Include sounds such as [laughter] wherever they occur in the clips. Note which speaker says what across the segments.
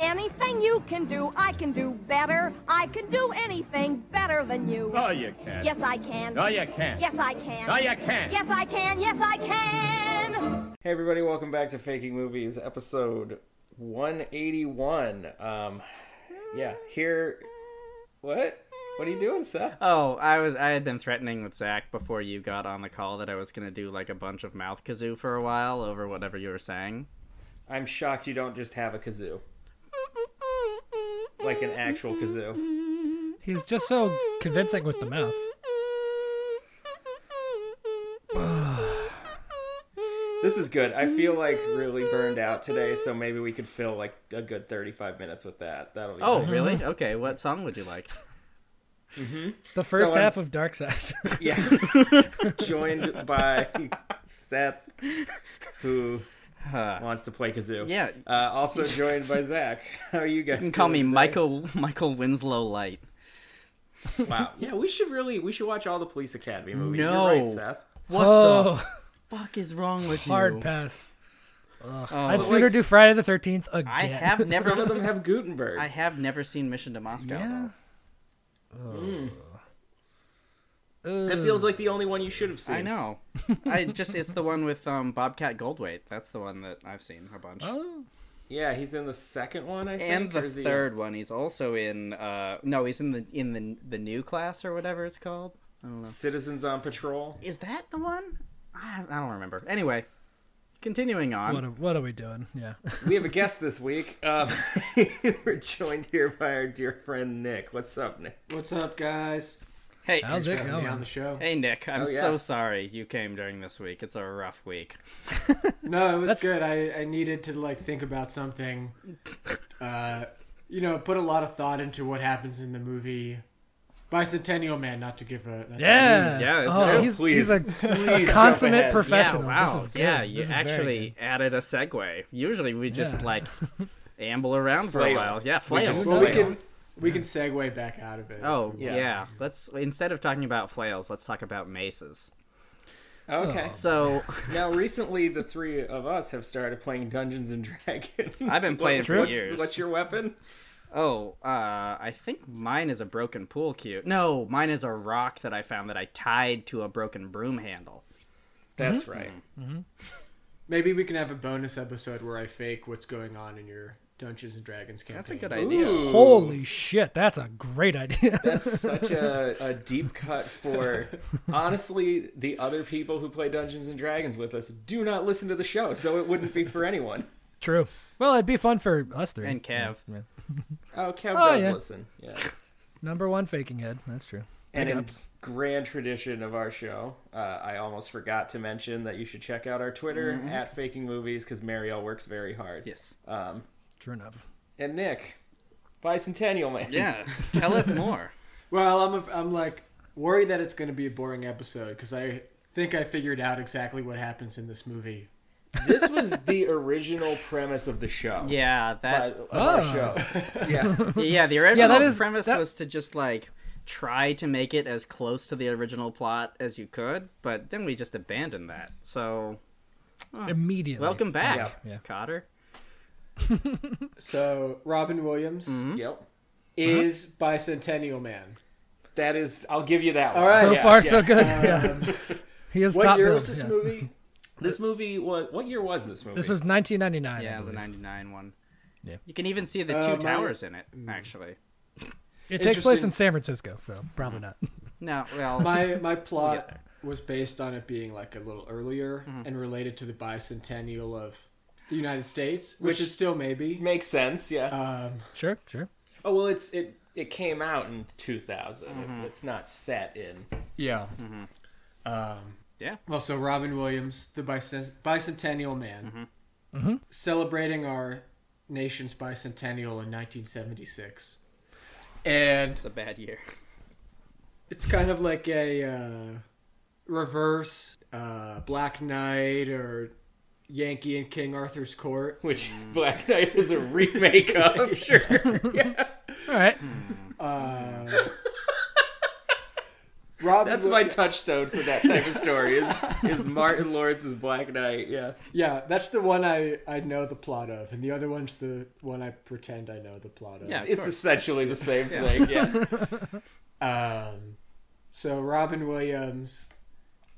Speaker 1: Anything you can do, I can do better. I can do anything better than you.
Speaker 2: Oh.
Speaker 3: No, you can't.
Speaker 1: Yes, I can.
Speaker 3: No, you can't.
Speaker 1: Yes, I can.
Speaker 3: No, you can't.
Speaker 1: Yes, I can. Yes, I can.
Speaker 4: Hey everybody, welcome back to Faking Movies, episode 181. Um yeah, here what? What are you doing, Seth?
Speaker 5: Oh, I was I had been threatening with Zach before you got on the call that I was gonna do like a bunch of mouth kazoo for a while over whatever you were saying.
Speaker 4: I'm shocked you don't just have a kazoo. Like an actual kazoo.
Speaker 2: He's just so convincing with the mouth.
Speaker 4: This is good. I feel like really burned out today, so maybe we could fill like a good 35 minutes with that. That'll be
Speaker 5: Oh,
Speaker 4: nice.
Speaker 5: [laughs] really? Okay, what song would you [laughs] like?
Speaker 2: The first
Speaker 4: So I'm-
Speaker 2: half of Dark Side.
Speaker 4: Yeah. Joined by Seth, who wants to play kazoo.
Speaker 5: Yeah.
Speaker 4: Uh, also joined by Zach. How are you guys?
Speaker 5: You can call me
Speaker 4: doing?
Speaker 5: Michael Michael Winslow Light.
Speaker 4: Wow. Yeah, we should really we should watch all the Police Academy movies.
Speaker 5: No.
Speaker 4: You're right, Seth.
Speaker 5: [laughs] What
Speaker 2: oh,
Speaker 5: the fuck is wrong with
Speaker 2: hard
Speaker 5: you?
Speaker 2: pass. Ugh.
Speaker 5: Oh.
Speaker 2: I'd
Speaker 5: But,
Speaker 2: sooner
Speaker 4: like-
Speaker 2: do Friday the 13th again.
Speaker 5: I have never
Speaker 4: Some of them have Gutenberg.
Speaker 5: I have never seen Mission to Moscow.
Speaker 2: Yeah.
Speaker 5: Hmm.
Speaker 4: that feels like the only one you should have
Speaker 5: though.
Speaker 4: seen.
Speaker 5: I [laughs] know. I just it's the one with um, Bobcat Goldthwait. That's the one that I've seen a bunch.
Speaker 2: Oh,
Speaker 4: Yeah, he's in the second one, I
Speaker 5: and
Speaker 4: think.
Speaker 5: the
Speaker 4: or is he-
Speaker 5: third one, he's also in. Uh, no, he's in the in the the new class or whatever it's called. I don't know.
Speaker 4: Citizens on Patrol.
Speaker 5: Is that the one? I, I don't remember. Anyway, continuing on.
Speaker 2: what are, what are we doing? Yeah.
Speaker 4: We have a guest this week. Um, [laughs] we're joined here by our dear friend Nick. What's up, Nick?
Speaker 6: What's up, guys?
Speaker 5: hey,
Speaker 2: How's it
Speaker 6: Having me on
Speaker 2: going?
Speaker 6: the show.
Speaker 5: hey Nick, I'm
Speaker 4: Oh, yeah.
Speaker 5: so sorry you came during this week. It's a rough week.
Speaker 6: No, it was
Speaker 2: That's-
Speaker 6: good. I, I needed to like think about something.
Speaker 2: [laughs]
Speaker 6: Uh, you know, put a lot of thought into what happens in the movie Bicentennial Man. Not to give a not to-
Speaker 2: Yeah.
Speaker 5: yeah, it's
Speaker 2: oh,
Speaker 5: true.
Speaker 2: he's, he's a, a
Speaker 4: ahead. Yeah,
Speaker 2: consummate professional.
Speaker 5: Yeah, wow.
Speaker 2: This is good.
Speaker 5: Yeah, you
Speaker 2: This is very
Speaker 5: actually added a segue. Usually we just
Speaker 2: Yeah. [laughs]
Speaker 5: like amble around for a
Speaker 4: Flail.
Speaker 5: while. Yeah, flail.
Speaker 4: just-
Speaker 6: Well, we
Speaker 5: flail.
Speaker 6: can we can segue back out of it.
Speaker 5: Oh
Speaker 4: Yeah.
Speaker 5: yeah. Let's instead of talking about flails, let's talk about maces.
Speaker 4: Okay. [laughs]
Speaker 5: Oh. So
Speaker 4: Now, recently, the three of us have started playing Dungeons and Dragons.
Speaker 5: [laughs] I've been playing
Speaker 4: what's,
Speaker 5: for
Speaker 4: what's-
Speaker 5: years.
Speaker 4: What's your weapon?
Speaker 5: Oh, uh, I think mine is a broken pool cue. No, mine is a rock that I found that I tied to a broken broom handle.
Speaker 2: Hmm.
Speaker 4: That's right.
Speaker 6: Maybe we can have a bonus episode where I fake what's going on in your Dungeons and Dragons campaign.
Speaker 5: That's a good idea.
Speaker 4: Ooh,
Speaker 2: Holy shit, that's a great idea. [laughs]
Speaker 4: That's such a, a deep cut for honestly the other people who play Dungeons and Dragons with us do not listen to the show, so it wouldn't be for anyone.
Speaker 2: True. Well, it'd be fun for us three.
Speaker 5: And Kev.
Speaker 4: Oh, Kev
Speaker 2: Oh,
Speaker 4: does
Speaker 2: yeah.
Speaker 4: listen. Yeah.
Speaker 2: Number one faking head. That's true.
Speaker 4: And
Speaker 2: Big
Speaker 4: in
Speaker 2: ups.
Speaker 4: grand tradition of our show, uh, I almost forgot to mention that you should check out our Twitter
Speaker 2: Mm-hmm.
Speaker 4: at Faking Movies because Marielle works very hard.
Speaker 5: Yes.
Speaker 2: Uh,
Speaker 4: Um,
Speaker 2: True enough.
Speaker 4: and Nick, Bicentennial Man.
Speaker 5: Yeah.
Speaker 2: [laughs]
Speaker 5: Tell us more.
Speaker 6: Well, I'm a, I'm like worried that it's going to be a boring episode because I think I figured out exactly what happens in this movie.
Speaker 4: this was the original premise of the show.
Speaker 5: Yeah,
Speaker 4: Uh,
Speaker 5: that.
Speaker 4: of our
Speaker 2: Ah.
Speaker 4: show.
Speaker 2: [laughs]
Speaker 4: Yeah.
Speaker 5: [laughs] yeah, the original
Speaker 2: that is-
Speaker 5: premise
Speaker 2: that-
Speaker 5: was to just like try to make it as close to the original plot as you could, but then we just abandoned that. So
Speaker 2: Immediately.
Speaker 5: welcome back,
Speaker 2: Yeah. Yeah.
Speaker 5: Cotter.
Speaker 6: So Robin Williams
Speaker 5: Mm-hmm.
Speaker 4: yep.
Speaker 6: is Bicentennial Man.
Speaker 4: That is, I'll give you that one.
Speaker 6: All right.
Speaker 2: So
Speaker 6: Yeah,
Speaker 2: far, so good. Yeah. [laughs] He is
Speaker 6: What
Speaker 2: top
Speaker 6: year
Speaker 2: billed,
Speaker 6: was this
Speaker 2: yes. [laughs]
Speaker 6: movie?
Speaker 4: This movie was, what year was this movie?
Speaker 2: This is 1999. I
Speaker 5: Yeah, the
Speaker 2: believe.
Speaker 5: '99 one.
Speaker 2: Yeah.
Speaker 5: You can even see the
Speaker 6: Uh,
Speaker 5: two
Speaker 6: my-
Speaker 5: towers in it, actually.
Speaker 2: It takes place
Speaker 6: Interesting.
Speaker 2: in San Francisco, so probably not.
Speaker 5: No,
Speaker 2: [laughs]
Speaker 5: well,
Speaker 6: My my plot was based on it being like a little earlier
Speaker 4: Mm-hmm.
Speaker 6: and related to the bicentennial of the United States, which,
Speaker 4: Which-
Speaker 6: is still maybe.
Speaker 4: Makes sense, yeah.
Speaker 2: Uh.
Speaker 6: Um,
Speaker 2: Sure, sure.
Speaker 4: oh, well, it's, it, it came out in 2000. It- It's not set in.
Speaker 6: yeah.
Speaker 4: Mm-hmm.
Speaker 6: Um,
Speaker 5: Yeah.
Speaker 6: Well, so Robin Williams, the bicent- bicentennial man,
Speaker 4: Mm-hmm.
Speaker 2: Mm-hmm.
Speaker 6: celebrating our nation's bicentennial in 1976, and
Speaker 5: it's a bad year.
Speaker 6: It's kind of like a uh, reverse uh, Black Knight or Yankee and King Arthur's Court.
Speaker 4: Which [laughs] Black Knight is a remake of, sure.
Speaker 2: All right.
Speaker 6: Robin
Speaker 4: That's my touchstone for that type of story is is Martin Lawrence's Black Knight. Yeah.
Speaker 6: yeah, that's the one I I know the plot of, and the other one's the one I pretend I know the plot of.
Speaker 5: Yeah. Of
Speaker 4: It's
Speaker 5: course.
Speaker 4: essentially the same thing. Yeah.
Speaker 6: Um, so Robin Williams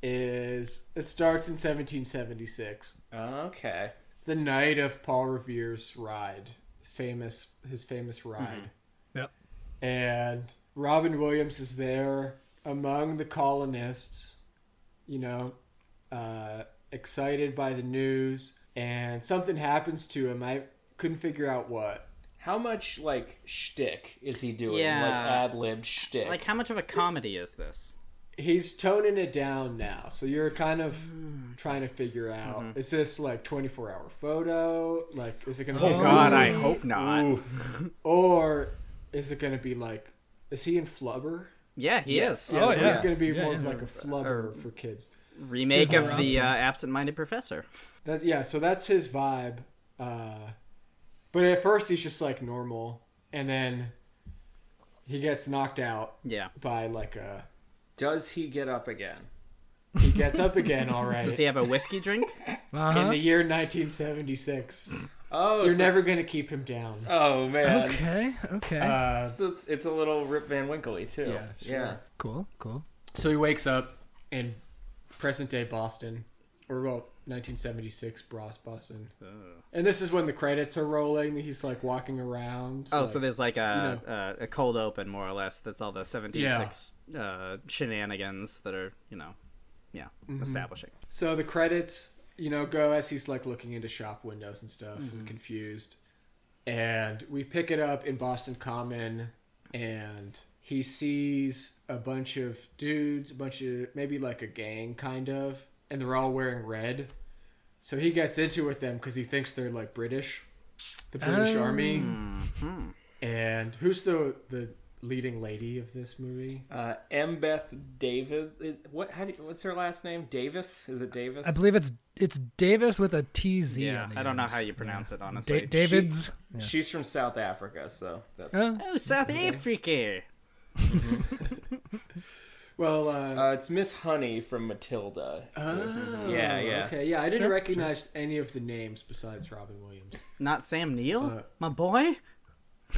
Speaker 6: is it starts in 1776,
Speaker 4: okay.
Speaker 6: the night of Paul Revere's ride, famous his famous ride.
Speaker 2: Yep.
Speaker 6: and Robin Williams is there among the colonists, you know, uh, excited by the news, and something happens to him. I couldn't figure out what.
Speaker 4: How much like shtick is he doing?
Speaker 5: Yeah.
Speaker 4: Like ad lib shtick.
Speaker 5: [laughs] Like, how much of a comedy is this?
Speaker 6: He's toning it down now, so you're kind of trying to figure out: is this like 24 hour photo? Like, is it gonna?
Speaker 5: Oh,
Speaker 6: be
Speaker 5: I hope not.
Speaker 6: [laughs] Or is it gonna be like? Is he in flubber?
Speaker 5: Yeah, he is.
Speaker 2: Oh,
Speaker 6: Or is
Speaker 2: yeah.
Speaker 6: it gonna be
Speaker 2: Yeah,
Speaker 6: more
Speaker 2: yeah.
Speaker 6: of like a flubber for kids?
Speaker 5: Remake
Speaker 2: Disney
Speaker 5: of the uh, absent-minded professor.
Speaker 6: That yeah, so that's his vibe. Uh, but at first he's just like normal, and then he gets knocked out
Speaker 5: Yeah.
Speaker 6: by like a.
Speaker 4: Does he get up again?
Speaker 6: He gets up again,
Speaker 2: [laughs]
Speaker 6: all right.
Speaker 5: Does he have a whiskey drink?
Speaker 6: In
Speaker 2: Uh-huh.
Speaker 6: the
Speaker 2: [clears throat]
Speaker 6: year 1976,
Speaker 4: Oh,
Speaker 6: you're
Speaker 4: so
Speaker 6: never gonna keep him down.
Speaker 4: Oh man.
Speaker 2: Okay. Okay.
Speaker 6: Uh,
Speaker 4: So it's, it's a little Rip Van Winkle too.
Speaker 6: Yeah, sure.
Speaker 2: cool. Cool.
Speaker 6: so he wakes up in present day Boston, or well, 1976 Bros Boston, and this is when the credits are rolling. He's like walking around.
Speaker 5: Oh,
Speaker 6: like-
Speaker 5: so there's like a uh, a cold open more or less. That's all the seventeen six uh, shenanigans that are you know, yeah,
Speaker 2: Mm-hmm.
Speaker 5: establishing.
Speaker 6: So the credits, you know, go as he's like looking into shop windows and stuff, confused. And we pick it up in Boston Common, and he sees a bunch of dudes, a bunch of maybe like a gang kind of, and they're all wearing red. So he gets into with them because he thinks they're like British, the British Army. And who's the the leading lady of this movie?
Speaker 4: Uh, M. Beth Davis. Is, what? How do you, what's her last name? Davis? Is it Davis?
Speaker 2: I believe it's it's Davis with a T Z.
Speaker 5: Yeah,
Speaker 2: on the
Speaker 5: I don't know
Speaker 2: end.
Speaker 5: how you pronounce it honestly.
Speaker 2: Da- David's.
Speaker 4: She's from South Africa, so that's.
Speaker 2: Uh,
Speaker 5: oh, South Africa.
Speaker 6: Well,
Speaker 4: Uh, it's Miss Honey from Matilda. Oh,
Speaker 5: Oh,
Speaker 4: yeah, yeah.
Speaker 6: Uh, Okay, yeah, I didn't recognize any of the names besides Robin Williams.
Speaker 5: Not Sam Neill,
Speaker 2: Uh,
Speaker 5: my boy.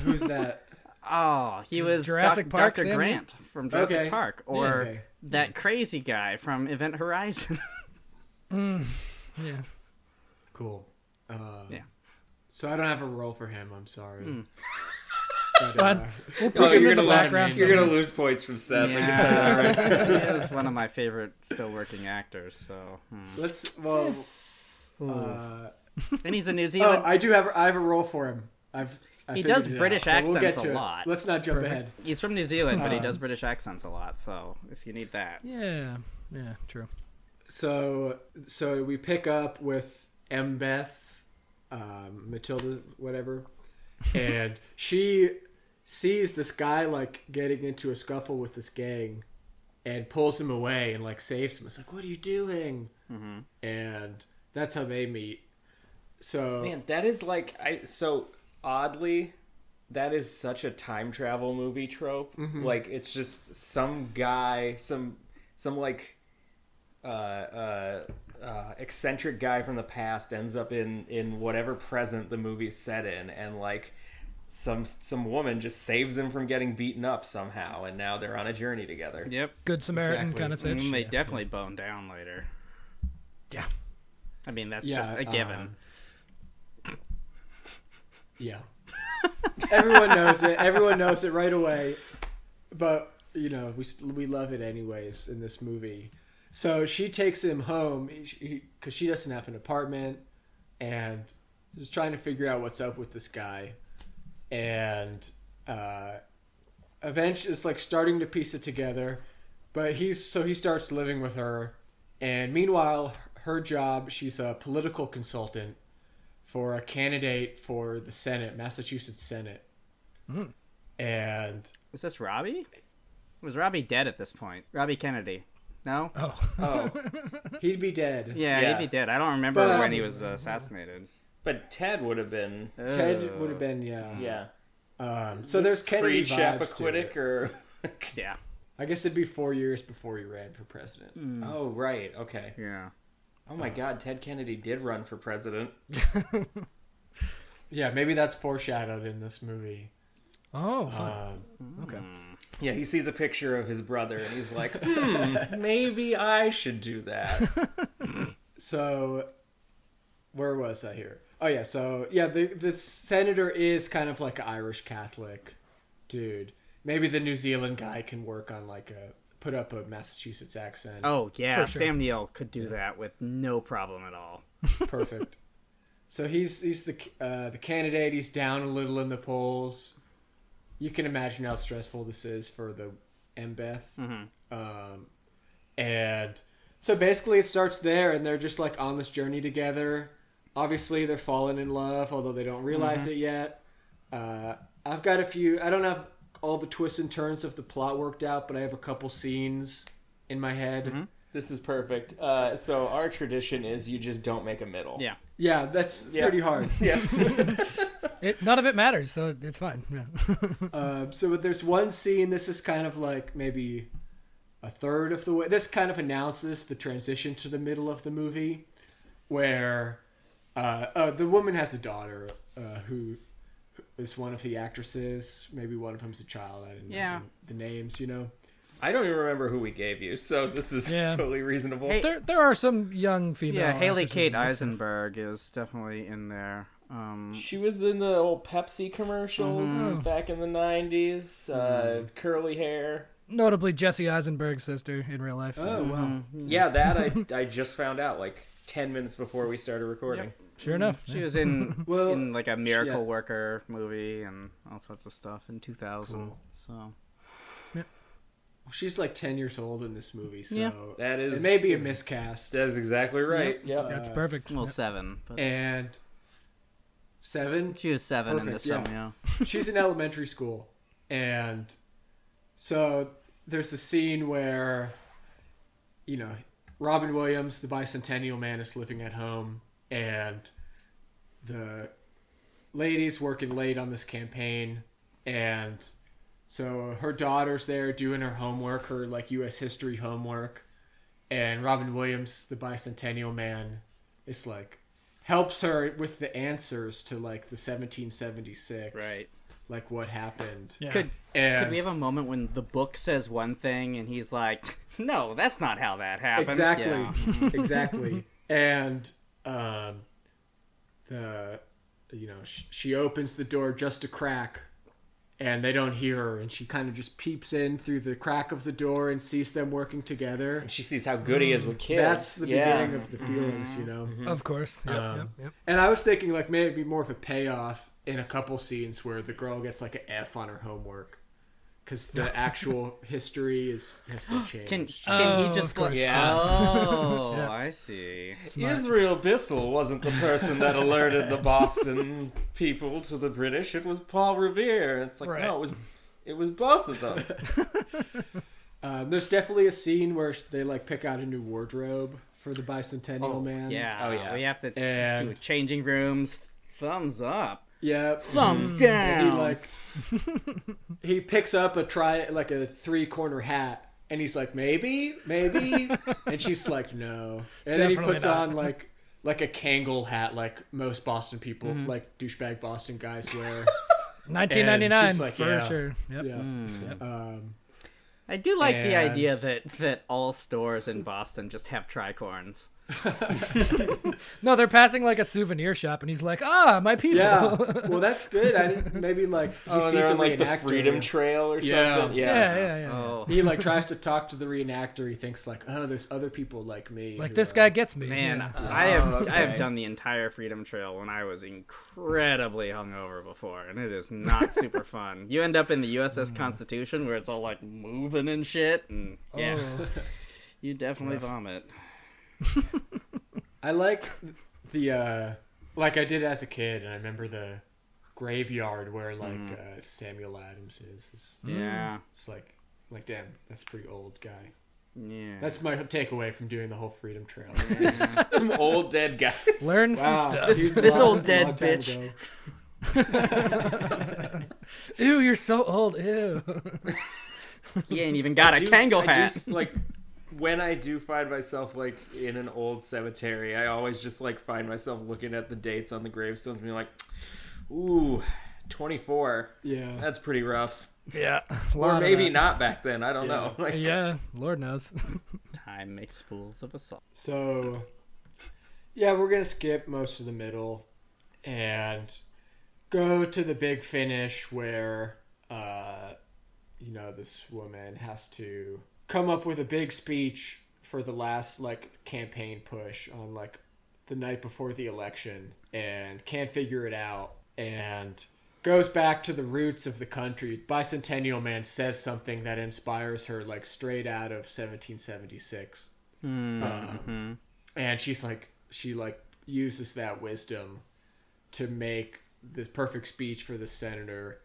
Speaker 6: Who's that?
Speaker 5: Oh, he was
Speaker 2: Jurassic Park,
Speaker 5: Dr.
Speaker 2: Sam Neill?
Speaker 5: Grant from Jurassic
Speaker 6: Okay.
Speaker 5: Park, or
Speaker 6: Okay.
Speaker 5: that crazy guy from Event
Speaker 6: [laughs]
Speaker 5: Horizon.
Speaker 2: yeah.
Speaker 6: cool. Uh,
Speaker 5: Yeah. Hmm.
Speaker 6: So I don't have a role for him. I'm sorry. [laughs] But,
Speaker 2: Fun.
Speaker 6: uh,
Speaker 2: We'll
Speaker 4: Oh,
Speaker 2: push him
Speaker 4: you're
Speaker 2: in the
Speaker 4: gonna laugh,
Speaker 2: background.
Speaker 4: You're gonna lose points from Seth. I can tell that right
Speaker 5: [laughs] he is one of my favorite still working actors. So, hmm.
Speaker 6: let's. Well, uh,
Speaker 5: and he's a New
Speaker 6: oh,
Speaker 5: Zealand.
Speaker 6: I do have. I have a role for him. I've. I
Speaker 5: He
Speaker 6: figured
Speaker 5: does
Speaker 6: it
Speaker 5: British
Speaker 6: out, but we'll
Speaker 5: accents
Speaker 6: get
Speaker 5: a
Speaker 6: to it.
Speaker 5: lot.
Speaker 6: Let's not jump ahead.
Speaker 5: He's from New Zealand, but he does British accents a lot. So, if you need that,
Speaker 2: Yeah. Yeah. True.
Speaker 6: So, so we pick up with M. Beth, um, Matilda, whatever, and she sees this guy like getting into a scuffle with this gang, and pulls him away and like saves him. It's like, what are you doing? And that's how they meet. So
Speaker 4: Man, that is like I so oddly that is such a time travel movie trope.
Speaker 6: Mm-hmm.
Speaker 4: Like it's just some guy, some some like uh uh uh, eccentric guy from the past ends up in in whatever present the movie's set in, and like some some woman just saves him from getting beaten up somehow, and now they're on a journey together.
Speaker 5: yep,
Speaker 2: Good Samaritan
Speaker 6: Exactly.
Speaker 2: kind of
Speaker 5: Mm,
Speaker 2: situation.
Speaker 5: they definitely bone down later.
Speaker 2: Yeah.
Speaker 5: I mean that's
Speaker 6: Yeah,
Speaker 5: just a given.
Speaker 6: um, yeah, [laughs] everyone knows it. Everyone knows it right away. But you know, we st- we love it anyways in this movie. So she takes him home because she doesn't have an apartment, and is trying to figure out what's up with this guy, and uh, eventually it's like starting to piece it together. But he's so he starts living with her, and meanwhile, her job she's a political consultant for a candidate for the Senate, Massachusetts Senate, and
Speaker 5: Is this Robbie? Was Robbie dead at this point? Robbie Kennedy? No.
Speaker 2: Oh, [laughs]
Speaker 6: [laughs] Oh, he'd be dead.
Speaker 5: Yeah,
Speaker 4: Yeah.
Speaker 5: he'd be dead. I don't remember
Speaker 6: But- um,
Speaker 5: when he was assassinated.
Speaker 4: But Ted would have been.
Speaker 6: Ted
Speaker 5: Ugh.
Speaker 6: would have been yeah.
Speaker 4: Yeah.
Speaker 6: Um, so there's Kennedy
Speaker 4: Pre
Speaker 6: vibes to
Speaker 4: Chappaquiddick
Speaker 6: it. [laughs] Mm.
Speaker 4: or.
Speaker 5: Yeah.
Speaker 6: I guess it'd be four years before he ran for president.
Speaker 4: Oh, right. Okay.
Speaker 5: Yeah.
Speaker 4: Oh my God, Ted Kennedy did run for president.
Speaker 6: Yeah, maybe that's foreshadowed in this movie.
Speaker 2: oh, fun.
Speaker 6: Um,
Speaker 2: okay.
Speaker 4: Yeah, he sees a picture of his brother and he's like, hmm, [laughs] maybe I should do that.
Speaker 6: so where was I here? Oh yeah, so yeah, the the senator is kind of like an Irish Catholic dude. Maybe the New Zealand guy can work on like a put up a Massachusetts accent.
Speaker 5: Oh yeah,
Speaker 2: For sure.
Speaker 5: Sam Neill could do that with no problem at all.
Speaker 6: Perfect. [laughs] so he's he's the uh, the candidate. He's down a little in the polls. You can imagine how stressful this is for the Mbeth. Um, and so basically, it starts there, and they're just like on this journey together. Obviously, they're falling in love, although they don't realize it yet. Uh, I've got a few. I don't have all the twists and turns of the plot worked out, but I have a couple scenes in my head.
Speaker 4: [laughs] this is perfect. Uh, so, our tradition is you just don't make a middle.
Speaker 5: Yeah.
Speaker 6: Yeah, that's
Speaker 4: Yeah.
Speaker 6: pretty hard.
Speaker 2: It, none of it matters, so it's fine. Yeah.
Speaker 6: Um, so but there's one scene. This is kind of like maybe a third of the way. This kind of announces the transition to the middle of the movie, where uh, uh, the woman has a daughter uh, who is one of the actresses. Maybe one of them's a child. I didn't
Speaker 5: Yeah.
Speaker 6: know the names. You know.
Speaker 4: [laughs] I don't even remember who we gave you, so this is
Speaker 2: Yeah.
Speaker 4: totally reasonable.
Speaker 5: Hey,
Speaker 2: There, there are some young female.
Speaker 5: Yeah, Haley
Speaker 2: actresses
Speaker 5: Kate
Speaker 2: in this.
Speaker 5: Eisenberg is definitely in there. Um,
Speaker 4: She was in the old Pepsi commercials back in the 90s. Uh, curly hair.
Speaker 2: Notably, Jesse Eisenberg's sister in real life.
Speaker 4: Oh,
Speaker 6: wow.
Speaker 4: Yeah, that [laughs] I, I just found out like 10 minutes before we started recording.
Speaker 2: Sure enough.
Speaker 5: she
Speaker 2: [laughs]
Speaker 5: was in
Speaker 6: Well,
Speaker 5: in like a Miracle
Speaker 6: yeah.
Speaker 5: Worker movie and all sorts of stuff in 2000. So
Speaker 6: She's like ten years old in this movie, so
Speaker 5: Yeah.
Speaker 4: That is.
Speaker 6: it may be a miscast.
Speaker 4: That is exactly right. Yep.
Speaker 6: uh,
Speaker 2: That's perfect.
Speaker 5: well, seven. But
Speaker 6: And seven.
Speaker 5: she was seven in
Speaker 6: perfect,
Speaker 5: this
Speaker 6: yeah.
Speaker 5: one. Yeah.
Speaker 6: she's in elementary school and so there's a scene where you know robin williams the bicentennial man is living at home and the lady's working late on this campaign and so her daughter's there doing her homework her like us history homework and robin williams the bicentennial man is like helps her with the answers to like the 1776
Speaker 5: Right.
Speaker 6: like what happened
Speaker 2: Yeah.
Speaker 5: Could
Speaker 6: and
Speaker 5: could we have a moment when the book says one thing and he's like, [laughs] "No, that's not how that happened."
Speaker 6: exactly
Speaker 5: Yeah.
Speaker 4: [laughs]
Speaker 6: [laughs] exactly and um the you know she, she opens the door just a crack and they don't hear her and she kind of just peeps in through the crack of the door and sees them working together
Speaker 4: She sees how good he is with kids.
Speaker 6: that's the
Speaker 4: Yeah.
Speaker 6: beginning of the feelings you know
Speaker 2: Of course. Yep,
Speaker 6: Um,
Speaker 2: yep, yep.
Speaker 6: and i was thinking like maybe more of a payoff in a couple scenes where the girl gets like an f on her homework because
Speaker 4: [laughs]
Speaker 6: the actual history is has been changed
Speaker 5: Can
Speaker 4: uh,
Speaker 5: can
Speaker 2: Oh,
Speaker 5: he just
Speaker 2: of
Speaker 5: like?
Speaker 2: course. [laughs]
Speaker 4: Yeah.
Speaker 5: Oh, I see.
Speaker 4: Israel Bissell wasn't the person that alerted the Boston people to the British. It was Paul Revere. It's like
Speaker 2: Right.
Speaker 4: no, it was it was both of them.
Speaker 6: Um, there's definitely a scene where they like pick out a new wardrobe for the bicentennial man.
Speaker 5: Yeah.
Speaker 4: Oh, yeah.
Speaker 5: We have to do
Speaker 6: And-
Speaker 5: changing rooms. Thumbs up.
Speaker 6: yeah.
Speaker 5: Thumbs
Speaker 4: Hmm.
Speaker 6: And
Speaker 5: down.
Speaker 6: he like he picks up a try like a three corner hat, and he's like, maybe, maybe, and she's like, no, and then he
Speaker 2: Definitely
Speaker 6: puts
Speaker 2: not.
Speaker 6: on like like a Kangol hat, like most Boston people, like douchebag Boston guys wear.
Speaker 2: 1999
Speaker 6: like,
Speaker 2: for
Speaker 6: yeah.
Speaker 2: sure. Yep.
Speaker 6: yeah.
Speaker 2: Yep.
Speaker 6: Um,
Speaker 5: I do like the
Speaker 6: And-
Speaker 5: idea that that all stores in Boston just have tricorns.
Speaker 2: No, they're passing like a souvenir shop, and he's like, "Ah, my people."
Speaker 6: yeah. Well, that's good. I didn't, maybe like he
Speaker 4: oh, and
Speaker 6: sees
Speaker 4: they're
Speaker 6: a
Speaker 4: on like the
Speaker 6: reenactor.
Speaker 4: Freedom Trail or
Speaker 6: Yeah.
Speaker 4: something. Yeah.
Speaker 2: [laughs] yeah, yeah, yeah.
Speaker 4: [laughs]
Speaker 5: Oh
Speaker 6: he like tries to talk to the reenactor. He thinks like, oh, there's other people like me.
Speaker 2: Like
Speaker 6: who
Speaker 2: this
Speaker 6: are-
Speaker 2: guy gets me.
Speaker 5: man,
Speaker 2: Yeah.
Speaker 5: I have
Speaker 4: Oh,
Speaker 5: I
Speaker 4: okay.
Speaker 5: have done the entire Freedom Trail when I was incredibly hungover before, and it
Speaker 4: [laughs]
Speaker 5: is not super fun. You end up in the USS
Speaker 4: Hmm.
Speaker 5: Constitution where it's all like moving and shit, and yeah,
Speaker 2: Oh.
Speaker 5: you definitely vomit.
Speaker 6: I like the uh like I did as a kid, and I remember the graveyard where like uh, Samuel Adams is. It's,
Speaker 4: Hmm.
Speaker 5: Yeah.
Speaker 6: it's like Like, damn, that's a pretty old guy.
Speaker 5: Yeah.
Speaker 6: That's my takeaway from doing the whole
Speaker 5: [laughs]
Speaker 6: Freedom Trail.
Speaker 4: Some old dead guys.
Speaker 2: [laughs] Learn some
Speaker 6: Wow.
Speaker 2: stuff.
Speaker 5: This-
Speaker 6: He's
Speaker 5: this
Speaker 6: a long-
Speaker 5: old dead
Speaker 6: long time
Speaker 5: bitch.
Speaker 6: ago.
Speaker 2: Ew, you're so old. Ew. [laughs]
Speaker 5: he ain't even got a
Speaker 4: do-
Speaker 5: Kangol
Speaker 4: I do
Speaker 5: hat.
Speaker 4: s- like when I do find myself like in an old cemetery, I always just like find myself looking at the dates on the gravestones and being like, "Ooh, 24.
Speaker 6: Yeah.
Speaker 4: That's pretty rough."
Speaker 2: yeah.
Speaker 4: Or maybe not back then. I don't know. [laughs] Like,
Speaker 2: Yeah, Lord knows.
Speaker 5: Time makes fools of us all.
Speaker 6: So, yeah, we're gonna skip most of the middle, and go to the big finish where, uh, you know, this woman has to come up with a big speech for the last like campaign push on like the night before the election, and can't figure it out, and goes back to the roots of the country. Bicentennial Man says something that inspires her like straight out of 1776. Um, and she's like she like uses that wisdom to make this perfect speech for the senator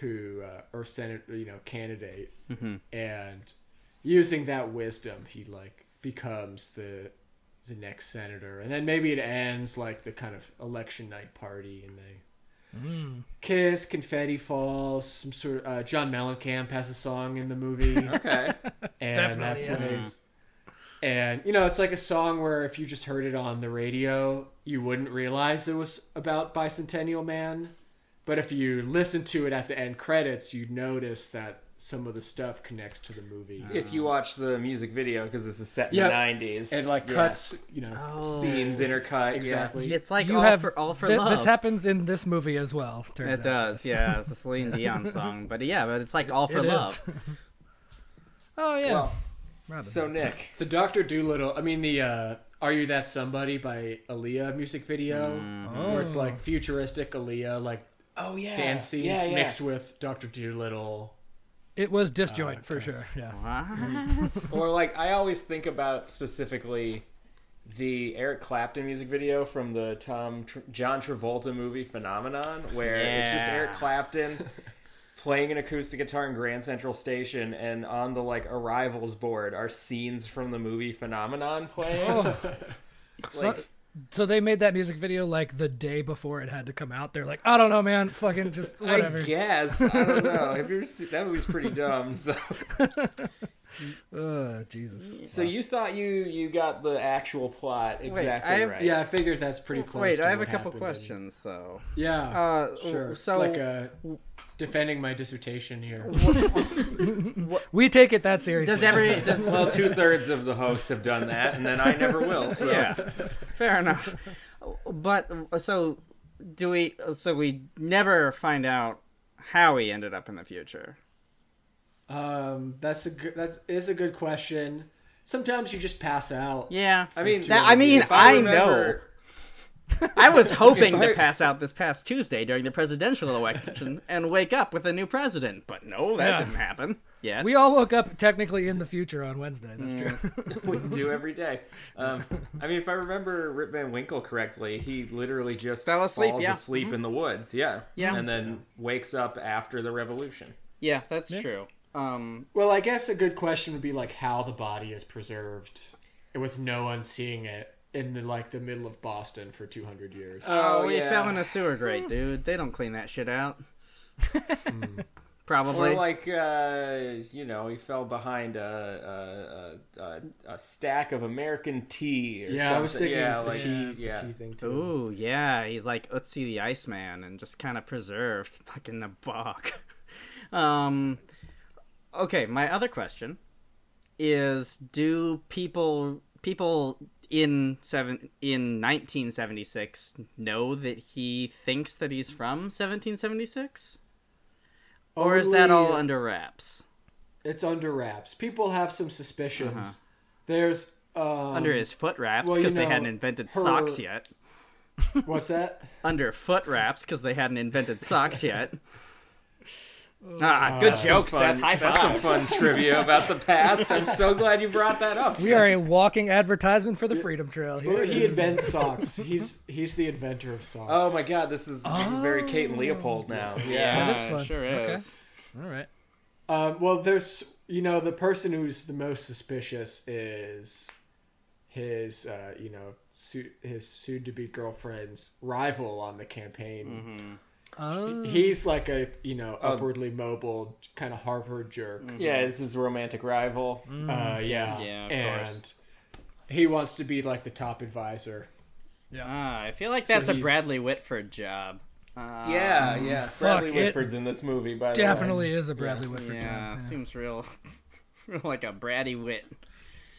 Speaker 6: who uh, or senator you know candidate and using that wisdom he like becomes the the next senator and then maybe it ends like the kind of election night party and they kiss confetti falls some sort of uh, john mellencamp has a song in the movie
Speaker 4: okay.
Speaker 6: and
Speaker 2: Definitely,
Speaker 6: that
Speaker 2: yes.
Speaker 6: plays. And you know, it's like a song where if you just heard it on the radio, you wouldn't realize it was about Bicentennial Man. But if you listen to it at the end credits, you'd notice that some of the stuff connects to the movie.
Speaker 4: If you watch the music video because this is set in
Speaker 6: Yeah.
Speaker 4: the 90s,
Speaker 6: It like
Speaker 4: yeah.
Speaker 6: cuts, you know,
Speaker 4: Oh,
Speaker 5: Oh.
Speaker 4: scenes intercut.
Speaker 6: exactly.
Speaker 5: It's like
Speaker 2: you
Speaker 5: all
Speaker 2: have
Speaker 5: for all for
Speaker 2: thi-
Speaker 5: love.
Speaker 2: This happens in this movie as well. Turns
Speaker 5: It
Speaker 2: out.
Speaker 5: does, yeah. It's a Celine Dion song, but yeah, but it's like all for
Speaker 2: It
Speaker 5: love.
Speaker 2: is. [laughs] oh yeah.
Speaker 4: Well,
Speaker 2: Robin.
Speaker 4: So Nick,
Speaker 6: The Doctor Doolittle. I mean, the uh, "Are You That Somebody" by Aaliyah music video, where it's like futuristic Aaliyah, like
Speaker 4: oh yeah,
Speaker 6: dance scenes mixed with Doctor Doolittle.
Speaker 2: it
Speaker 5: uh,
Speaker 2: was disjoint for
Speaker 6: correct.
Speaker 2: sure. Yeah.
Speaker 4: Or like I always think about specifically the Eric Clapton music video from the Tom Tr- John Travolta movie Phenomenon, where it's just
Speaker 5: Yeah.
Speaker 4: Eric Clapton [laughs] playing an acoustic guitar in Grand Central Station, and on the like arrivals board are scenes from the movie Phenomenon
Speaker 6: [laughs]
Speaker 4: playing.
Speaker 2: So,
Speaker 4: Like,
Speaker 2: so they made that music video like the day before it had to come out. They're like, I don't know, man. Fucking
Speaker 5: [laughs]
Speaker 2: just whatever.
Speaker 4: I guess I don't know. Have you ever seen that movie's pretty dumb? So,
Speaker 2: Oh
Speaker 5: Mm.
Speaker 2: Jesus.
Speaker 4: so you thought you you got the actual plot exactly
Speaker 5: I have-
Speaker 4: right?
Speaker 6: Yeah, I figured that's pretty close.
Speaker 5: Wait,
Speaker 6: to
Speaker 5: I have a
Speaker 6: what
Speaker 5: couple
Speaker 6: happened in-
Speaker 5: questions though.
Speaker 6: Yeah.
Speaker 5: Uh,
Speaker 6: Sure.
Speaker 5: So,
Speaker 6: it's like a defending my dissertation here.
Speaker 2: We take it that seriously.
Speaker 5: does [laughs] every does
Speaker 4: Well, two thirds of the hosts have done that, and then I never will. So.
Speaker 5: [laughs] yeah, fair enough. But uh, so do we? So we never find out how he ended up in the future.
Speaker 6: [laughs] Um, that's a good, that is a good question. Sometimes you just pass out.
Speaker 5: Yeah,
Speaker 4: I mean,
Speaker 5: That- I mean,
Speaker 4: if I
Speaker 5: I
Speaker 4: [laughs] remember-
Speaker 5: I was hoping to
Speaker 4: I-
Speaker 5: pass out this past Tuesday during the presidential election and wake up with a new president, but no, that
Speaker 2: Yeah.
Speaker 5: didn't happen. Yeah,
Speaker 2: We all woke up technically in the future on Wednesday. That's true.
Speaker 5: Mm.
Speaker 4: [laughs] we do every day. Um, I mean, if I remember Rip Van Winkle correctly, he literally just
Speaker 5: Fell asleep,
Speaker 4: falls
Speaker 5: yeah.
Speaker 4: asleep in the woods, yeah,
Speaker 5: Yeah.
Speaker 4: and then wakes up after the revolution.
Speaker 5: yeah, that's true. Um,
Speaker 6: Well, I guess a good question would be like how the body is preserved with no one seeing it in the like the middle of Boston for 200 years.
Speaker 5: oh,
Speaker 4: Oh,
Speaker 5: he
Speaker 4: yeah.
Speaker 5: fell in a sewer grate, dude. They don't clean that shit [laughs] out.
Speaker 4: Or
Speaker 5: Probably.
Speaker 4: like, uh, you know, he fell behind a a, a, a, a stack of American tea. Or
Speaker 6: yeah, I was
Speaker 4: something.
Speaker 6: thinking
Speaker 4: yeah,
Speaker 6: it's the
Speaker 4: like,
Speaker 6: tea,
Speaker 4: yeah.
Speaker 6: tea thing too.
Speaker 5: Ooh, yeah, he's like Utsi the Iceman and just kind of preserved, [laughs] like in the bog. [laughs] um, okay, my other question is: Do people people in seven in 1976 know that he thinks that he's from 1776, or is that all
Speaker 6: Only-
Speaker 5: under wraps?
Speaker 6: It's under wraps. People have some suspicions. There's um,
Speaker 5: Uh-huh. Under his foot wraps
Speaker 6: well, you
Speaker 5: because they
Speaker 6: know,
Speaker 5: hadn't invented socks
Speaker 6: her-
Speaker 5: yet.
Speaker 6: what's that?
Speaker 5: under foot wraps because they hadn't invented socks yet. Ah, good joke,
Speaker 4: Fun-
Speaker 5: Seth. High
Speaker 4: that's some
Speaker 5: five.
Speaker 4: fun trivia about the past. I'm so glad you brought that up.
Speaker 2: [laughs] We are a walking advertisement for the Freedom Trail
Speaker 6: Well,
Speaker 2: here.
Speaker 6: he invents socks. He's he's the inventor of socks.
Speaker 4: Oh my
Speaker 5: Oh.
Speaker 4: god, this is, this is very Kate and Leopold now. Yeah.
Speaker 2: That is fun.
Speaker 5: sure
Speaker 2: Okay.
Speaker 5: is.
Speaker 2: All right.
Speaker 6: Um, well, there's you know the person who's the most suspicious is his uh, you know su- his soon to be girlfriend's rival on the campaign.
Speaker 5: Mm-hmm.
Speaker 2: Oh.
Speaker 6: He's like a you know
Speaker 4: Um,
Speaker 6: upwardly mobile kind of Harvard jerk.
Speaker 4: Yeah, it's his romantic rival.
Speaker 6: Uh, yeah,
Speaker 5: Yeah, of
Speaker 6: and
Speaker 5: course.
Speaker 6: he wants to be like the top advisor.
Speaker 5: Ah, I feel like that's a
Speaker 6: he's-
Speaker 5: Bradley Whitford job. Uh,
Speaker 4: Yeah, yeah.
Speaker 2: fuck
Speaker 4: Bradley
Speaker 2: it.
Speaker 4: Whitford's in this movie, by the way.
Speaker 2: Definitely is a Bradley Whitford.
Speaker 5: Yeah,
Speaker 2: Yeah.
Speaker 5: it seems real, [laughs] real like a bratty wit.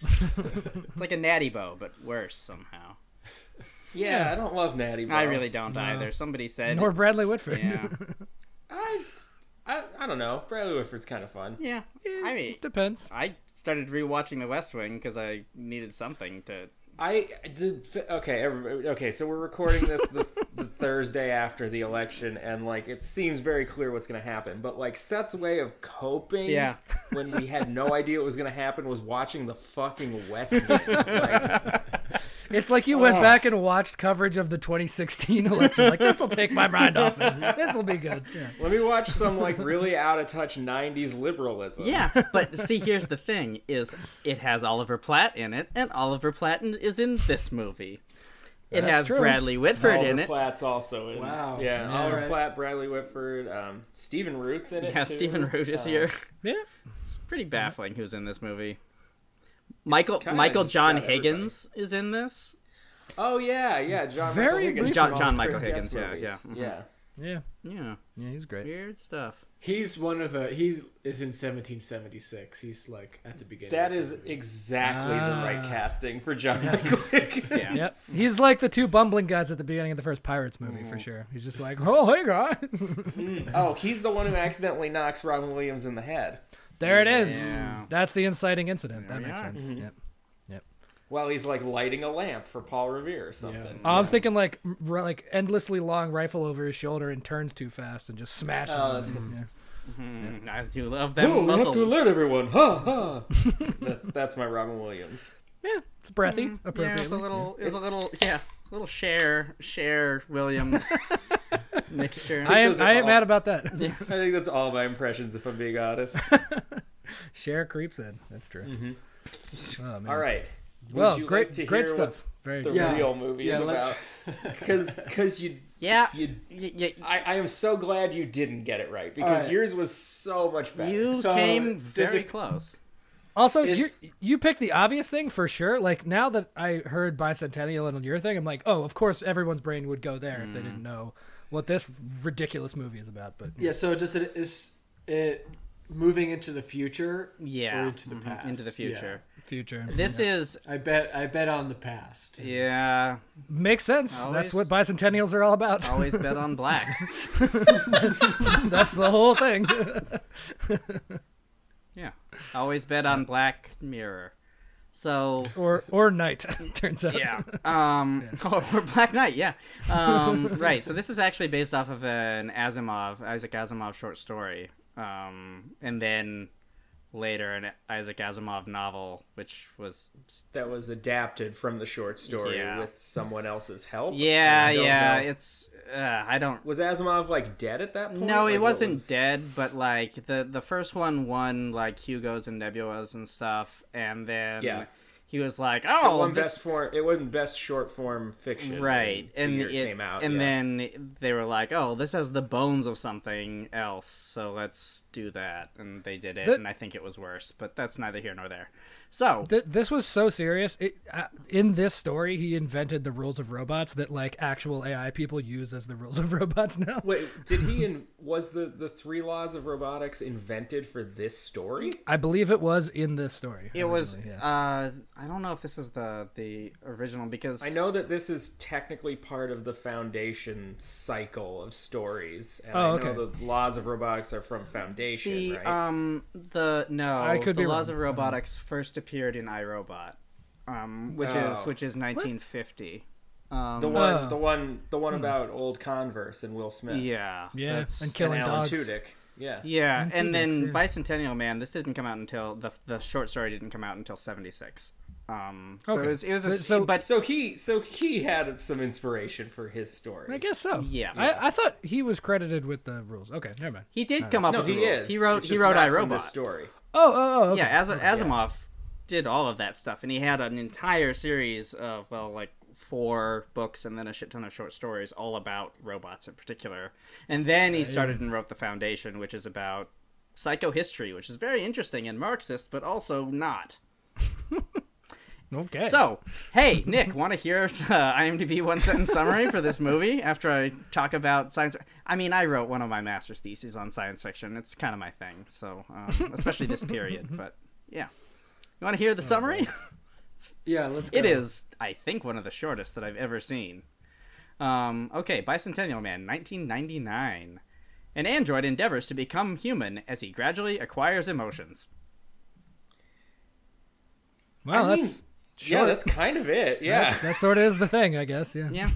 Speaker 5: it's like a natty bow, but worse somehow.
Speaker 4: Yeah, I don't love Natty. Bo.
Speaker 5: I really don't either. Somebody said,
Speaker 2: Nor Bradley Whitford.
Speaker 5: yeah,
Speaker 4: I, I, I don't know. Bradley Whitford's kind of fun.
Speaker 5: yeah. I mean,
Speaker 2: [laughs] Depends.
Speaker 5: I started rewatching The West Wing because I needed something to.
Speaker 4: I did. Okay, everybody, okay. So we're recording this the,
Speaker 5: [laughs]
Speaker 4: the Thursday after the election, and like it seems very clear what's going to happen. But like Seth's way of coping,
Speaker 5: Yeah.
Speaker 4: when we had
Speaker 5: [laughs]
Speaker 4: no idea what was going to happen, was watching the fucking West. Wing.
Speaker 5: [laughs]
Speaker 4: Like,
Speaker 2: It's like you went back and watched coverage of the 2016 [laughs] election. Like this will take my mind off it. This will be good. Yeah.
Speaker 4: let me watch some like really out of touch '90s liberalism.
Speaker 5: Yeah, but see, here's the thing: is it has Oliver Platt in it, and Oliver Platt in- is in this movie. It
Speaker 2: That's
Speaker 5: has
Speaker 2: true.
Speaker 5: Bradley Whitford
Speaker 4: Oliver
Speaker 5: in it.
Speaker 4: Platt's also in.
Speaker 6: Wow.
Speaker 4: It. Yeah,
Speaker 6: Yeah.
Speaker 4: Oliver
Speaker 6: Alright.
Speaker 4: Platt, Bradley Whitford, um, Stephen Root's in it.
Speaker 5: Yeah,
Speaker 4: too. Uh,
Speaker 5: Stephen Root is here.
Speaker 2: yeah.
Speaker 5: It's pretty baffling who's in this movie. Michael
Speaker 4: kinda
Speaker 5: Michael
Speaker 4: just
Speaker 5: John
Speaker 4: got everybody.
Speaker 5: Higgins is in this.
Speaker 4: Oh yeah, yeah. John
Speaker 2: Very
Speaker 4: Michael Higgins.
Speaker 2: brief-
Speaker 5: John-
Speaker 4: from
Speaker 5: John
Speaker 4: all the
Speaker 5: Michael
Speaker 4: Chris
Speaker 5: Higgins,
Speaker 4: Guest
Speaker 5: yeah,
Speaker 4: movies.
Speaker 5: yeah, mhm.
Speaker 4: yeah.
Speaker 2: Yeah.
Speaker 5: Yeah,
Speaker 2: Yeah. He's great.
Speaker 5: weird stuff.
Speaker 6: He's one of the he's is in 1776. He's like at the beginning.
Speaker 4: That
Speaker 6: of the
Speaker 4: is
Speaker 6: movie.
Speaker 4: exactly the right
Speaker 2: Ah.
Speaker 4: casting for John Michael Higgins.
Speaker 5: Yeah.
Speaker 2: Yep. He's like the two bumbling guys at the beginning of the first Pirates movie for sure. He's just like, oh hey guys, [laughs]
Speaker 4: Oh, he's the one who accidentally knocks Robin Williams in the head
Speaker 2: there it is.
Speaker 5: Yeah.
Speaker 2: That's the inciting incident.
Speaker 5: There
Speaker 2: that
Speaker 5: we
Speaker 2: makes
Speaker 5: are.
Speaker 2: sense. Yep.
Speaker 4: while he's like lighting a lamp for Paul Revere or something.
Speaker 2: I'm thinking like r- like endlessly long rifle over his shoulder and turns too fast and just smashes.
Speaker 4: Oh,
Speaker 2: him.
Speaker 4: that's good.
Speaker 2: Yeah.
Speaker 5: Mm, I do love them
Speaker 4: Oh, we have
Speaker 5: muscle.
Speaker 4: to alert everyone. Ha ha. that's that's my Robin Williams.
Speaker 2: Yeah, it's breathy,
Speaker 5: yeah,
Speaker 2: appropriately.
Speaker 5: it's a little. It's a little. [laughs] Yeah, it's a little share share
Speaker 4: [laughs]
Speaker 5: Williams mixture.
Speaker 2: I am
Speaker 4: those are
Speaker 2: I am
Speaker 4: all-
Speaker 2: mad about that.
Speaker 4: I think that's all my impressions, if I'm being honest.
Speaker 2: [laughs] Share creeps in. That's true. Oh, man.
Speaker 4: All right. Would
Speaker 2: Well,
Speaker 4: you
Speaker 2: great
Speaker 4: like to
Speaker 2: great
Speaker 4: hear
Speaker 2: stuff. Very
Speaker 4: What
Speaker 2: good.
Speaker 4: the
Speaker 6: Yeah.
Speaker 4: real movie
Speaker 6: Yeah,
Speaker 4: is
Speaker 6: let's-
Speaker 4: about because because you
Speaker 5: yeah,
Speaker 4: you.
Speaker 5: y- y- y-
Speaker 4: I, I am so glad you didn't get it right because
Speaker 6: right.
Speaker 4: yours was so much better.
Speaker 5: you
Speaker 6: So,
Speaker 5: came
Speaker 6: does
Speaker 5: very
Speaker 6: it-
Speaker 5: close.
Speaker 2: Also,
Speaker 6: Is-
Speaker 2: you you picked the obvious thing for sure. Like now that I heard bicentennial and your thing, I'm like, oh, of course everyone's brain would go there if they
Speaker 4: Mm.
Speaker 2: didn't know what this ridiculous movie is about.
Speaker 4: [laughs]
Speaker 2: But
Speaker 6: Yeah. So does it is it moving into the future?
Speaker 5: Yeah,
Speaker 6: Or into the
Speaker 5: mhm,
Speaker 6: past.
Speaker 5: into the
Speaker 6: Yeah.
Speaker 5: future.
Speaker 2: future
Speaker 5: This is
Speaker 6: I bet I bet on the past.
Speaker 5: yeah.
Speaker 2: makes sense.
Speaker 5: Always-
Speaker 2: That's what bicentennials are all about.
Speaker 5: Always bet on black. [laughs]
Speaker 2: [laughs] That's the whole
Speaker 4: [laughs]
Speaker 2: thing.
Speaker 5: Yeah. Always bet on Black Mirror. So
Speaker 2: or or night [laughs] turns out.
Speaker 6: [laughs]
Speaker 5: yeah. Um or, [laughs] or Black Knight, yeah. Um
Speaker 6: [laughs]
Speaker 5: right. So this is actually based off of an Asimov, Isaac Asimov short story. Um and then later an Isaac Asimov novel which was
Speaker 4: that was adapted from the short story
Speaker 5: Yeah.
Speaker 4: with someone else's help.
Speaker 5: Yeah,
Speaker 4: I don't
Speaker 5: yeah,
Speaker 4: know.
Speaker 5: it's uh, I don't
Speaker 4: was Asimov like dead at that point?
Speaker 5: No,
Speaker 4: Like,
Speaker 5: it
Speaker 4: what
Speaker 5: wasn't
Speaker 4: was-
Speaker 5: dead, but like the the first one won like Hugo's and Nebulas and stuff and then
Speaker 4: Yeah.
Speaker 5: he was like,
Speaker 4: It
Speaker 5: "Oh,
Speaker 4: won
Speaker 5: this
Speaker 4: best form. It wasn't best short form fiction.
Speaker 5: right
Speaker 4: when the
Speaker 5: and
Speaker 4: year
Speaker 5: it
Speaker 4: came out.
Speaker 5: and
Speaker 4: yeah.
Speaker 5: then they were like oh this has the bones of something else so let's do that and they did it
Speaker 2: The-
Speaker 5: and i think it was worse but that's neither here nor there so
Speaker 2: Th- this was so serious. It, uh, in this story, he invented the rules of robots that like actual AI people use as the rules of [laughs] robots now.
Speaker 4: wait, did he and was the the three laws of robotics invented for this story?
Speaker 2: I believe it was in this story.
Speaker 5: it was
Speaker 2: originally, yeah.
Speaker 5: uh i don't know if this is the the original because
Speaker 4: I know that this is technically part of the foundation cycle of stories. And
Speaker 2: Oh,
Speaker 4: I know
Speaker 2: okay.
Speaker 4: the laws of robotics are from foundation,
Speaker 5: the
Speaker 4: right?
Speaker 5: um the no
Speaker 2: I could
Speaker 5: the
Speaker 2: be
Speaker 5: laws
Speaker 2: wrong.
Speaker 5: of robotics first appeared in irobot um which
Speaker 4: Oh.
Speaker 5: is which is 1950 um Hmm.
Speaker 4: the one,
Speaker 2: Oh.
Speaker 4: the one, the one about old Converse and Will Smith.
Speaker 5: yeah
Speaker 2: Yeah,
Speaker 5: that's-
Speaker 2: and killing
Speaker 4: and Alan
Speaker 2: dogs.
Speaker 4: Tudyk. Yeah.
Speaker 5: Yeah,
Speaker 2: And
Speaker 5: and then
Speaker 2: T-Rex, yeah.
Speaker 5: Bicentennial Man. This didn't come out until the the short story didn't come out until seventy six. Um, so
Speaker 2: Okay.
Speaker 5: it was, it was a,
Speaker 2: So-
Speaker 5: but
Speaker 4: So he so he had some inspiration for his story.
Speaker 2: I guess so.
Speaker 5: Yeah.
Speaker 2: I, I thought he was credited with the rules. Okay, never mind.
Speaker 5: he did come up
Speaker 4: no,
Speaker 5: with the
Speaker 4: he
Speaker 5: rules.
Speaker 4: is.
Speaker 5: He wrote
Speaker 4: It's
Speaker 5: he
Speaker 4: just
Speaker 5: wrote
Speaker 4: not from this
Speaker 5: iRobot.
Speaker 4: story.
Speaker 2: Oh, oh, oh. Okay.
Speaker 5: Yeah, As, Asimov did all of that stuff, and he had an entire series of well, like four books and then a shit ton of short stories all about robots in particular. And then he started and wrote The Foundation, which is about psychohistory, which is very interesting and Marxist, but also not.
Speaker 2: Okay.
Speaker 5: [laughs] So, hey, Nick, want to hear [laughs] the IMDb one sentence summary for this movie after I talk about science? I mean, I wrote one of my master's theses on science fiction. It's kind of my thing, so
Speaker 2: [laughs]
Speaker 5: um, especially this period. But yeah, you want to
Speaker 2: Oh,
Speaker 5: hear the summary?
Speaker 6: Yeah, let's. Go.
Speaker 5: It is, I think, one of the shortest that I've ever seen. Um, okay, Bicentennial Man, 1999. An android endeavors to become human as he gradually acquires emotions.
Speaker 2: wow,
Speaker 4: I mean,
Speaker 2: that's
Speaker 4: Yeah,
Speaker 2: short.
Speaker 4: that's kind of it. Yeah.
Speaker 2: [laughs] that sort of is the thing, I guess. Yeah. [laughs]
Speaker 5: Yeah.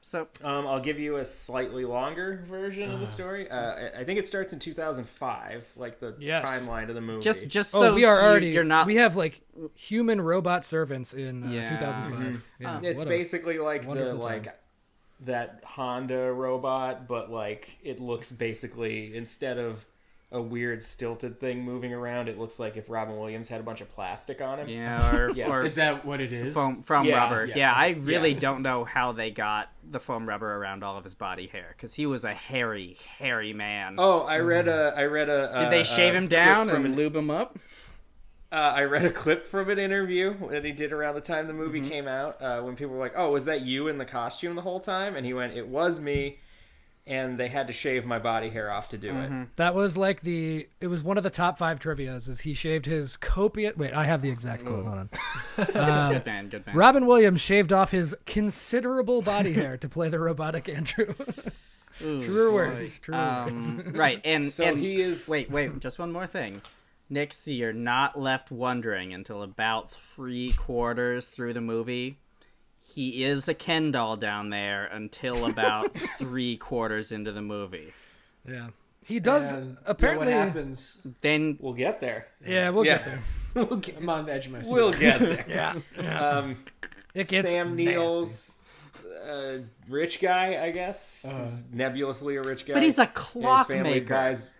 Speaker 5: so
Speaker 4: Um, I'll give you a slightly longer version of the story. Uh, I- I think it starts in 2005, like the
Speaker 2: Yes.
Speaker 4: timeline of the movie.
Speaker 5: just, just
Speaker 2: Oh,
Speaker 5: so
Speaker 2: we are
Speaker 5: you-
Speaker 2: already.
Speaker 5: you're not
Speaker 2: We have like human robot servants in uh,
Speaker 5: Yeah.
Speaker 2: 2005. Yeah,
Speaker 4: it's
Speaker 2: what a-
Speaker 4: basically like the
Speaker 2: wonderful time.
Speaker 4: like that Honda robot, but like it looks basically instead of a weird stilted thing moving around, it looks like if Robin Williams had a bunch of plastic on him.
Speaker 5: Yeah, or,
Speaker 4: Yeah.
Speaker 5: or
Speaker 6: Is that what it is?
Speaker 5: foam, from
Speaker 4: Yeah,
Speaker 5: rubber. Yeah,
Speaker 6: yeah,
Speaker 5: I really
Speaker 4: yeah.
Speaker 5: don't know how they got the foam rubber around all of his body hair because he was a hairy, hairy man.
Speaker 4: Oh, I read a I read a
Speaker 5: Mm. Did
Speaker 4: uh,
Speaker 5: they
Speaker 4: a
Speaker 5: shave him
Speaker 4: clip
Speaker 5: down
Speaker 4: from
Speaker 5: and
Speaker 4: an,
Speaker 5: lube him up?
Speaker 4: uh, I read a clip from an interview that he did around the time the movie
Speaker 5: Mm-hmm.
Speaker 4: came out uh, when people were like, "Oh, was that you in the costume the whole time?" And he went, "It was me." And they had to shave my body hair off to do
Speaker 5: Mm-hmm.
Speaker 4: it.
Speaker 2: That was like the. It was one of the top five trivia's. Is he shaved his copious? Wait, I have the exact quote. Hold on.
Speaker 5: good man, good man.
Speaker 2: Robin Williams shaved off his considerable body hair to play the robotic Andrew. [laughs] truer words. Truer words.
Speaker 5: Um, right, and
Speaker 4: So
Speaker 5: and-
Speaker 4: he is-
Speaker 5: Wait, wait, just one more thing. Nick, see, you're not left wondering until about three quarters through the movie. He is a Ken doll down there until
Speaker 4: [laughs]
Speaker 5: about three quarters into the movie.
Speaker 2: Yeah. He does
Speaker 6: And, you know,
Speaker 2: apparently.
Speaker 6: what happens?
Speaker 5: Then
Speaker 4: We'll get there.
Speaker 2: yeah,
Speaker 4: [laughs]
Speaker 2: we'll
Speaker 5: [laughs]
Speaker 4: Yeah.
Speaker 2: get there.
Speaker 6: We'll get- I'm on the edge of my seat.
Speaker 4: We'll get there.
Speaker 2: [laughs]
Speaker 4: yeah. Um,
Speaker 2: It gets
Speaker 4: Sam
Speaker 2: nasty.
Speaker 4: Neill's uh, rich guy, I guess. Nebulously a rich guy.
Speaker 5: But he's a
Speaker 4: And his family Hmm?
Speaker 5: clockmaker.
Speaker 4: buys-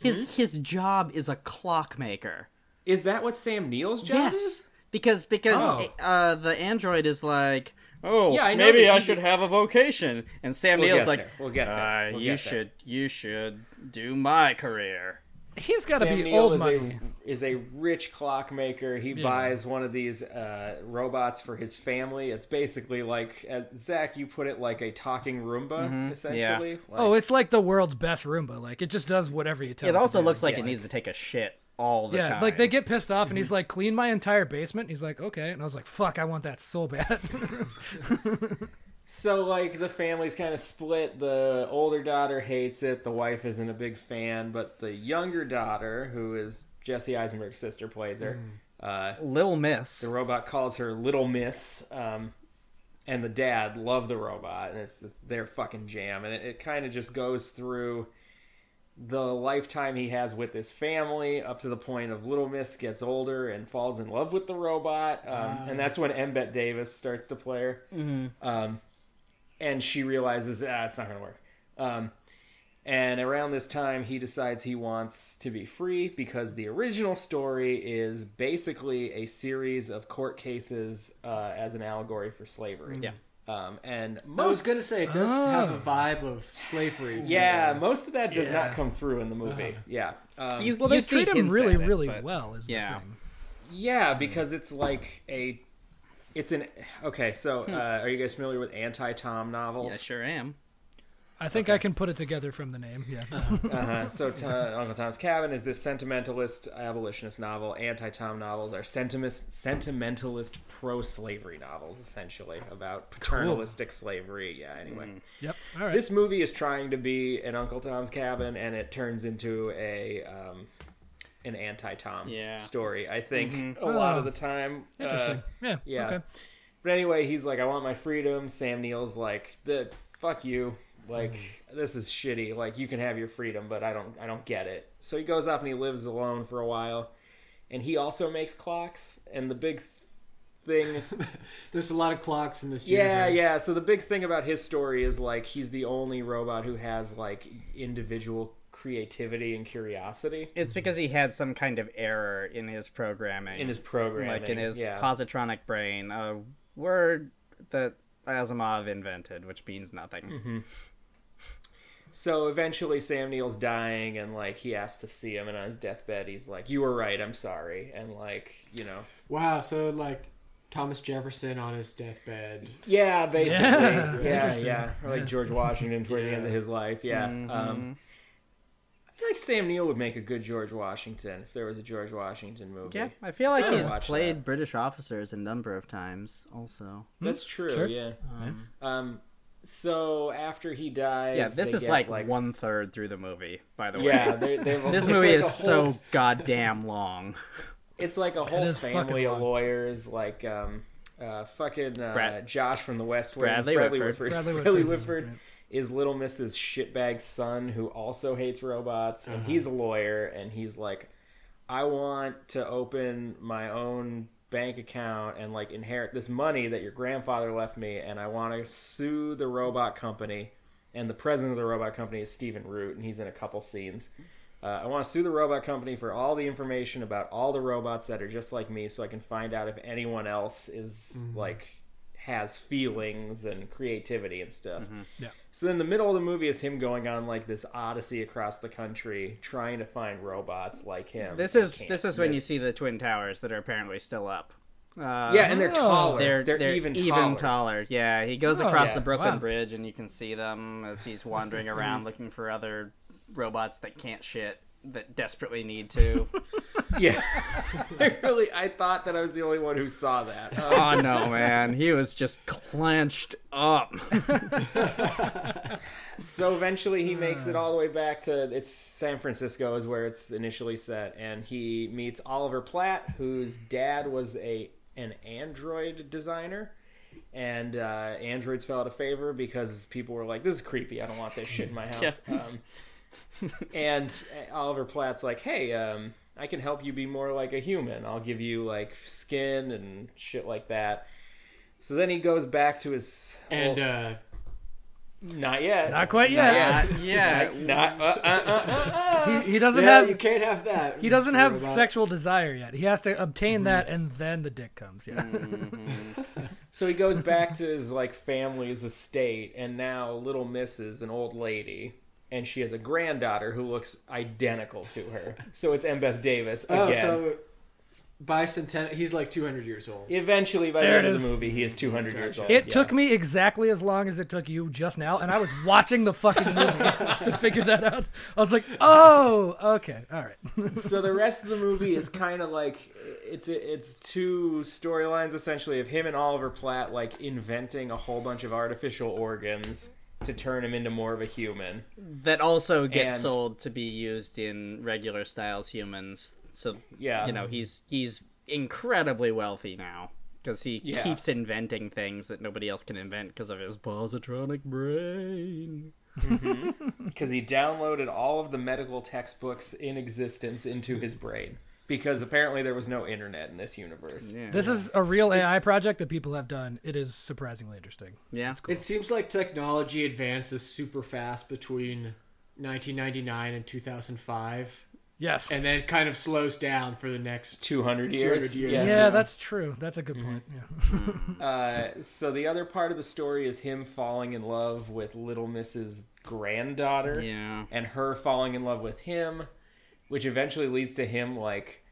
Speaker 5: his his job is a clockmaker.
Speaker 4: Is that what Sam Neill's job
Speaker 5: Yes,
Speaker 4: is?
Speaker 5: because because
Speaker 6: Oh.
Speaker 5: uh, the android is like, oh,
Speaker 4: Yeah, I know
Speaker 5: maybe
Speaker 4: that
Speaker 5: I
Speaker 4: he-
Speaker 5: should have a vocation, and Sam
Speaker 4: We'll
Speaker 5: Neill's
Speaker 4: get
Speaker 5: like,
Speaker 4: there. We'll get there.
Speaker 5: "Uh,
Speaker 4: We'll
Speaker 5: you
Speaker 4: get there."
Speaker 5: should you should do my career.
Speaker 2: He's got to
Speaker 4: Sam
Speaker 2: be
Speaker 4: Neill
Speaker 2: old
Speaker 4: is
Speaker 2: money.
Speaker 4: a is a rich clockmaker. He buys one of these uh, robots for his family. It's basically like, as Zach, you put it like a talking Roomba, essentially. Like-
Speaker 2: Oh, it's like the world's best Roomba. Like it just does whatever you tell.
Speaker 5: It also
Speaker 2: to do.
Speaker 5: looks like it needs to take a shit all the
Speaker 2: Yeah,
Speaker 5: time.
Speaker 2: like they get pissed off, and he's like, "Clean my entire basement." He's like, "Okay," and I was like, "Fuck, I want that so
Speaker 5: [laughs]
Speaker 2: bad."
Speaker 4: So like the family's kind of split. The older daughter hates it. The wife isn't a big fan, but the younger daughter, who is Jesse Eisenberg's sister, plays her.
Speaker 2: Mm.
Speaker 4: Uh,
Speaker 5: Little Miss.
Speaker 4: the robot calls her Little Miss, um, and the dad love the robot, and it's, it's their fucking jam. And it, it kind of just goes through the lifetime he has with his family up to the point of Little Miss gets older and falls in love with the robot, um, and that's when Embet Davis starts to play her, um, and she realizes ah, it's not gonna work. Um, and around this time, he decides he wants to be free because the original story is basically a series of court cases uh, as an allegory for slavery.
Speaker 5: Yeah.
Speaker 4: Um, and
Speaker 6: I was
Speaker 4: most
Speaker 6: gonna say it does have a vibe of slavery. to
Speaker 4: yeah,
Speaker 6: it.
Speaker 4: most of that does not come through in the movie. Yeah. Um,
Speaker 5: You,
Speaker 2: well,
Speaker 5: you
Speaker 2: they
Speaker 5: see
Speaker 2: treat him
Speaker 5: hints
Speaker 2: really,
Speaker 5: at it,
Speaker 2: really
Speaker 5: but-
Speaker 2: well. Is
Speaker 5: yeah.
Speaker 2: the thing.
Speaker 4: yeah, because it's like a, it's an okay. So uh, are you guys familiar with anti-Tom novels?
Speaker 5: I sure am.
Speaker 2: I think I can put it together from the name. Yeah.
Speaker 4: Uh-huh. So t- Uncle Tom's Cabin is this sentimentalist abolitionist novel. Anti-Tom novels are sentimist, sentimentalist pro-slavery novels, essentially about paternalistic slavery. Yeah. Anyway,
Speaker 2: yep. All right.
Speaker 4: this movie is trying to be an Uncle Tom's Cabin, and it turns into a um, an anti-Tom
Speaker 5: Yeah.
Speaker 4: story. I think a lot
Speaker 2: Oh.
Speaker 4: of the time. uh,
Speaker 2: Interesting. yeah.
Speaker 4: yeah.
Speaker 2: Okay.
Speaker 4: But anyway, he's like, I want my freedom. Sam Neill's like, the fuck you. Like this is shitty. Like you can have your freedom, but I don't. I don't get it. So he goes off and he lives alone for a while, and he also makes clocks. And the big thing,
Speaker 6: There's a lot of clocks in this
Speaker 4: yeah,
Speaker 6: universe.
Speaker 4: yeah. So the big thing about his story is like he's the only robot who has like individual creativity and curiosity
Speaker 5: It's because he had some kind of error in his programming,
Speaker 4: in his programming,
Speaker 5: like in his
Speaker 4: yeah.
Speaker 5: positronic brain, a word that Asimov invented, which means nothing.
Speaker 4: Hmm. So eventually, Sam Neill's dying, and like he asks to see him, and on his deathbed, he's like, "You were right. I'm sorry." And like, you know,
Speaker 6: Wow. So like Thomas Jefferson on his deathbed.
Speaker 4: yeah, basically, yeah, yeah,
Speaker 2: Interesting.
Speaker 4: or like George Washington toward the end of his life, yeah.
Speaker 5: Mm-hmm.
Speaker 4: Um, I feel like Sam Neill would make a good George Washington if there was a George Washington movie.
Speaker 5: Yeah, I feel like
Speaker 4: I
Speaker 5: he's
Speaker 4: watched
Speaker 5: played
Speaker 4: that.
Speaker 5: British officers a number of times. Also,
Speaker 4: that's true.
Speaker 2: sure.
Speaker 4: Hmm. Yeah. Um, so after he dies,
Speaker 5: Uh-huh. yeah, this
Speaker 4: they
Speaker 5: is
Speaker 4: get,
Speaker 5: like, one third through the movie. By the way,
Speaker 4: Yeah, they, they've,
Speaker 5: [laughs] this
Speaker 4: it's
Speaker 5: movie
Speaker 4: like a
Speaker 5: is
Speaker 4: whole [laughs]
Speaker 5: so goddamn long.
Speaker 4: It's like a whole
Speaker 2: is fucking
Speaker 4: family of
Speaker 2: long.
Speaker 4: lawyers, like um, uh, fucking uh,
Speaker 5: Brad-
Speaker 4: Josh from the West Wing,
Speaker 5: Bradley Whitford.
Speaker 4: [laughs]
Speaker 2: Bradley
Speaker 4: Bradley
Speaker 2: Whitford,
Speaker 4: Whitford is Little Miss's shitbag son who also hates robots, and
Speaker 2: Mm-hmm.
Speaker 4: he's a lawyer, and he's like, I want to open my own bank account and like inherit this money that your grandfather left me, and I want to sue the robot company. And the president of the robot company is Stephen Root, and he's in a couple scenes. Uh, I want to sue the robot company for all the information about all the robots that are just like me, so I can find out if anyone else is
Speaker 5: Mm-hmm.
Speaker 4: like has feelings and creativity and stuff.
Speaker 2: Yeah.
Speaker 4: So then the middle of the movie is him going on like this odyssey across the country, trying to find robots like him.
Speaker 5: This
Speaker 4: He
Speaker 5: is
Speaker 4: can't.
Speaker 5: this is when you see the twin towers that are apparently still up. Uh,
Speaker 4: yeah, and they're
Speaker 2: Oh.
Speaker 4: taller.
Speaker 5: They're, they're,
Speaker 4: even,
Speaker 5: even,
Speaker 4: taller.
Speaker 5: taller. Oh, Yeah, he goes across
Speaker 4: yeah.
Speaker 5: the Brooklyn
Speaker 2: Wow.
Speaker 5: Bridge, and you can see them as
Speaker 4: [laughs]
Speaker 5: he's wandering around looking for other robots that can't shit that desperately need
Speaker 4: [laughs]
Speaker 5: to. [laughs]
Speaker 4: Yeah, I really, I thought that I was the only one who saw that. Uh,
Speaker 5: oh no, man, he was just clenched
Speaker 4: [laughs]
Speaker 5: up.
Speaker 4: so eventually he makes it all the way back to it's San Francisco is where it's initially set, and he meets Oliver Platt, whose dad was a an android designer, and uh, androids fell out of favor because people were like, "This is creepy. I don't want this shit in my house." um, and uh, Oliver Platt's like, "Hey, um, I can help you be more like a human. I'll give you like skin and shit like that." So then he goes back to his
Speaker 6: And
Speaker 4: well,
Speaker 6: uh,
Speaker 4: not yet,
Speaker 2: Not quite yet.
Speaker 4: Yeah.
Speaker 5: [laughs] yeah,
Speaker 4: not uh, uh, uh, uh, uh.
Speaker 2: He, he doesn't
Speaker 6: yeah,
Speaker 2: have
Speaker 6: you can't have that.
Speaker 2: he doesn't have
Speaker 6: Robot.
Speaker 2: sexual desire yet. He has to obtain that, and then the dick comes. Yeah.
Speaker 4: So he goes back to his like family's estate, and now little Miss is an old lady, and she has a granddaughter who looks identical to her. So it's M. Beth Davis again.
Speaker 6: Oh, so bicentennial. He's like 200 years old.
Speaker 4: Eventually, by the
Speaker 2: There
Speaker 4: end
Speaker 2: it
Speaker 4: of the
Speaker 2: is.
Speaker 4: movie, he is two hundred years old.
Speaker 2: It
Speaker 4: Yeah.
Speaker 2: took me exactly as long as it took you just now, and I was watching the fucking movie to figure that out. I was like, oh, okay, all right.
Speaker 4: so the rest of the movie is kind of like it's it's two storylines essentially of him and Oliver Platt like inventing a whole bunch of artificial organs to turn him into more of a human.
Speaker 5: that also gets
Speaker 4: And-
Speaker 5: sold to be used in regular styles humans. So
Speaker 4: Yeah.
Speaker 5: you know he's he's incredibly wealthy now because he
Speaker 4: Yeah.
Speaker 5: keeps inventing things that nobody else can invent because of his positronic brain.
Speaker 4: because he downloaded all of the medical textbooks in existence into his brain because apparently there was no internet in this universe.
Speaker 5: Yeah,
Speaker 2: This is a real AI project that people have done. It is surprisingly interesting.
Speaker 5: yeah.
Speaker 6: It seems like technology advances super fast between 1999 and 2005,
Speaker 2: Yes.
Speaker 6: and then kind of slows down for the next.
Speaker 4: 200 years.
Speaker 6: 200 years.
Speaker 2: yeah,
Speaker 4: Yes.
Speaker 2: that's true. That's a good point. Yeah.
Speaker 4: Uh, so the other part of the story is him falling in love with little Mrs. granddaughter
Speaker 5: Yeah.
Speaker 4: and her falling in love with him, which eventually leads to him like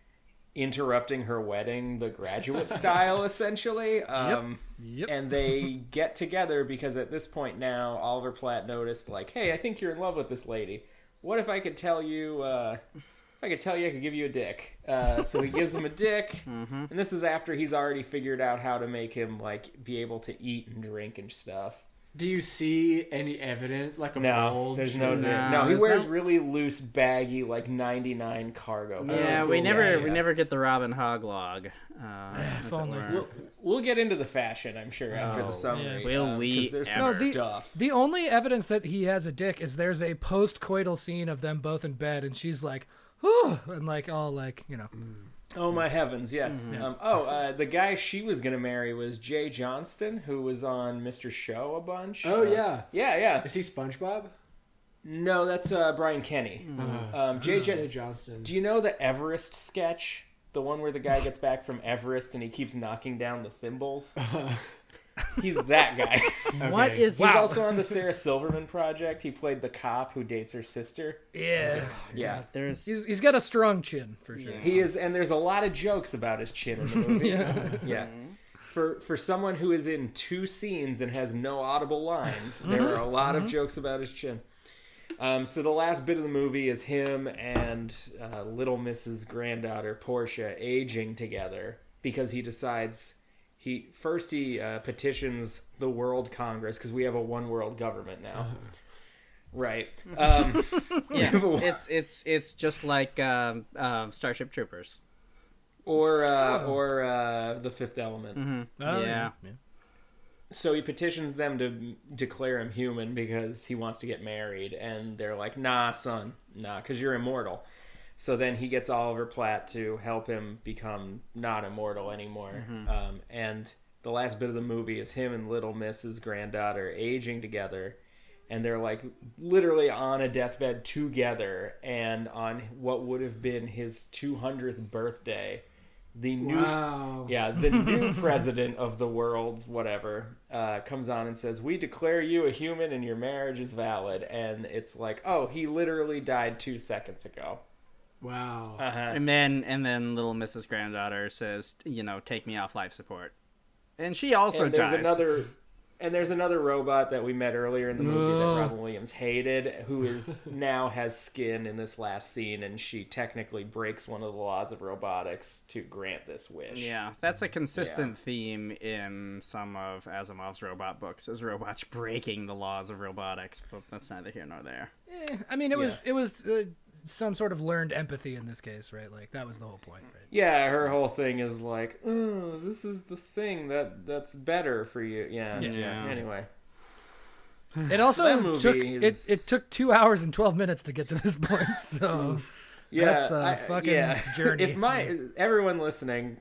Speaker 4: interrupting her wedding the graduate style essentially. Um,
Speaker 2: Yep.
Speaker 4: and they get together because at this point now oliver platt noticed like hey i think you're in love with this lady what if i could tell you uh, if i could tell you i could give you a dick uh, so he gives him a dick and this is after he's already figured out how to make him like be able to eat and drink and stuff
Speaker 6: Do you see any evidence, like a
Speaker 4: no
Speaker 6: bulge?
Speaker 4: there's no
Speaker 5: No,
Speaker 4: no, no he
Speaker 5: there's
Speaker 4: wears
Speaker 5: no-
Speaker 4: really loose baggy like 99 cargo pants.
Speaker 5: Yeah, we
Speaker 6: cool.
Speaker 5: never
Speaker 4: Oh, Yeah,
Speaker 5: we
Speaker 4: yeah.
Speaker 5: never get the Robin Hog log. [sighs] Uh, as it
Speaker 2: only.
Speaker 5: were.
Speaker 4: We'll, we'll get into the fashion, I'm sure, after
Speaker 5: Oh,
Speaker 4: the summary.
Speaker 5: will
Speaker 4: um, 'cause
Speaker 5: we
Speaker 4: There's
Speaker 5: ever.
Speaker 4: some
Speaker 2: No, the-
Speaker 4: stuff.
Speaker 2: The only evidence that he has a dick is there's a post coital scene of them both in bed, and she's like, whew, and like all like, you know,
Speaker 4: Oh my heavens, yeah. Um, oh, uh, the guy she was gonna marry was Jay Johnston, who was on Mr. Show a bunch.
Speaker 6: Oh
Speaker 4: Uh,
Speaker 6: yeah.
Speaker 4: yeah, yeah.
Speaker 6: Is he SpongeBob?
Speaker 4: No, that's uh, Brian Kenny. Um, Jay,
Speaker 6: Jay
Speaker 4: J-
Speaker 6: Johnston.
Speaker 4: do you know the Everest sketch? The one where the guy gets back from Everest and he keeps knocking down the [laughs] thimbles. He's that guy.
Speaker 5: What is
Speaker 4: He's
Speaker 5: this?
Speaker 4: also on the Sarah Silverman project. He played the cop who dates her sister.
Speaker 2: Yeah.
Speaker 4: Yeah.
Speaker 5: There's
Speaker 2: He's, he's got a strong chin for sure.
Speaker 4: He is, and there's a lot of jokes about his chin in the movie. yeah. For for someone who is in two scenes and has no audible lines, there are a lot of jokes about his chin. Um, so the last bit of the movie is him and uh, little Mrs. granddaughter Portia aging together because he decides he first he uh, petitions the World Congress because we have a one world government now. Right. Um, [laughs]
Speaker 5: yeah.
Speaker 4: Wha-
Speaker 5: it's it's it's just like um, um, Starship Troopers.
Speaker 4: or uh, or uh, the Fifth Element.
Speaker 2: Oh,
Speaker 5: yeah.
Speaker 4: so he petitions them to declare him human because he wants to get married and they're like nah son nah because you're immortal so then he gets oliver platt to help him become not immortal anymore um, and the last bit of the movie is him and little miss's granddaughter aging together and they're like literally on a deathbed together and on what would have been his 200th birthday the new
Speaker 6: Wow.
Speaker 4: yeah, the new president of the world, whatever, uh, comes on and says, "We declare you a human, and your marriage is valid." And it's like, oh, he literally died two seconds ago.
Speaker 6: Wow.
Speaker 4: Uh-huh.
Speaker 5: [laughs] And then and then little Mrs. Granddaughter says, you know, take me off life support. And she also
Speaker 4: and there's
Speaker 5: dies.
Speaker 4: another, and there's another robot that we met earlier in the movie that Robin Williams hated, who is [laughs] now has skin in this last scene, and she technically breaks one of the laws of robotics to grant this wish.
Speaker 5: Yeah, that's a consistent theme in some of Asimov's robot books, is robots [laughs] breaking the laws of robotics, but that's neither here nor there.
Speaker 2: Eh, I mean, it was it was uh, some sort of learned empathy in this case, right? Like that was the whole point, right?
Speaker 4: Yeah, her whole thing is like, oh, this is the thing that that's better for you. Yeah.
Speaker 5: Yeah.
Speaker 4: Anyway.
Speaker 2: It
Speaker 4: Mm.
Speaker 2: also
Speaker 4: that movie
Speaker 2: took
Speaker 4: is-
Speaker 2: it, it took two hours and twelve minutes to get to this point. [laughs] So
Speaker 4: Yeah.
Speaker 2: That's a fucking
Speaker 4: [laughs]
Speaker 2: journey.
Speaker 4: if my everyone listening,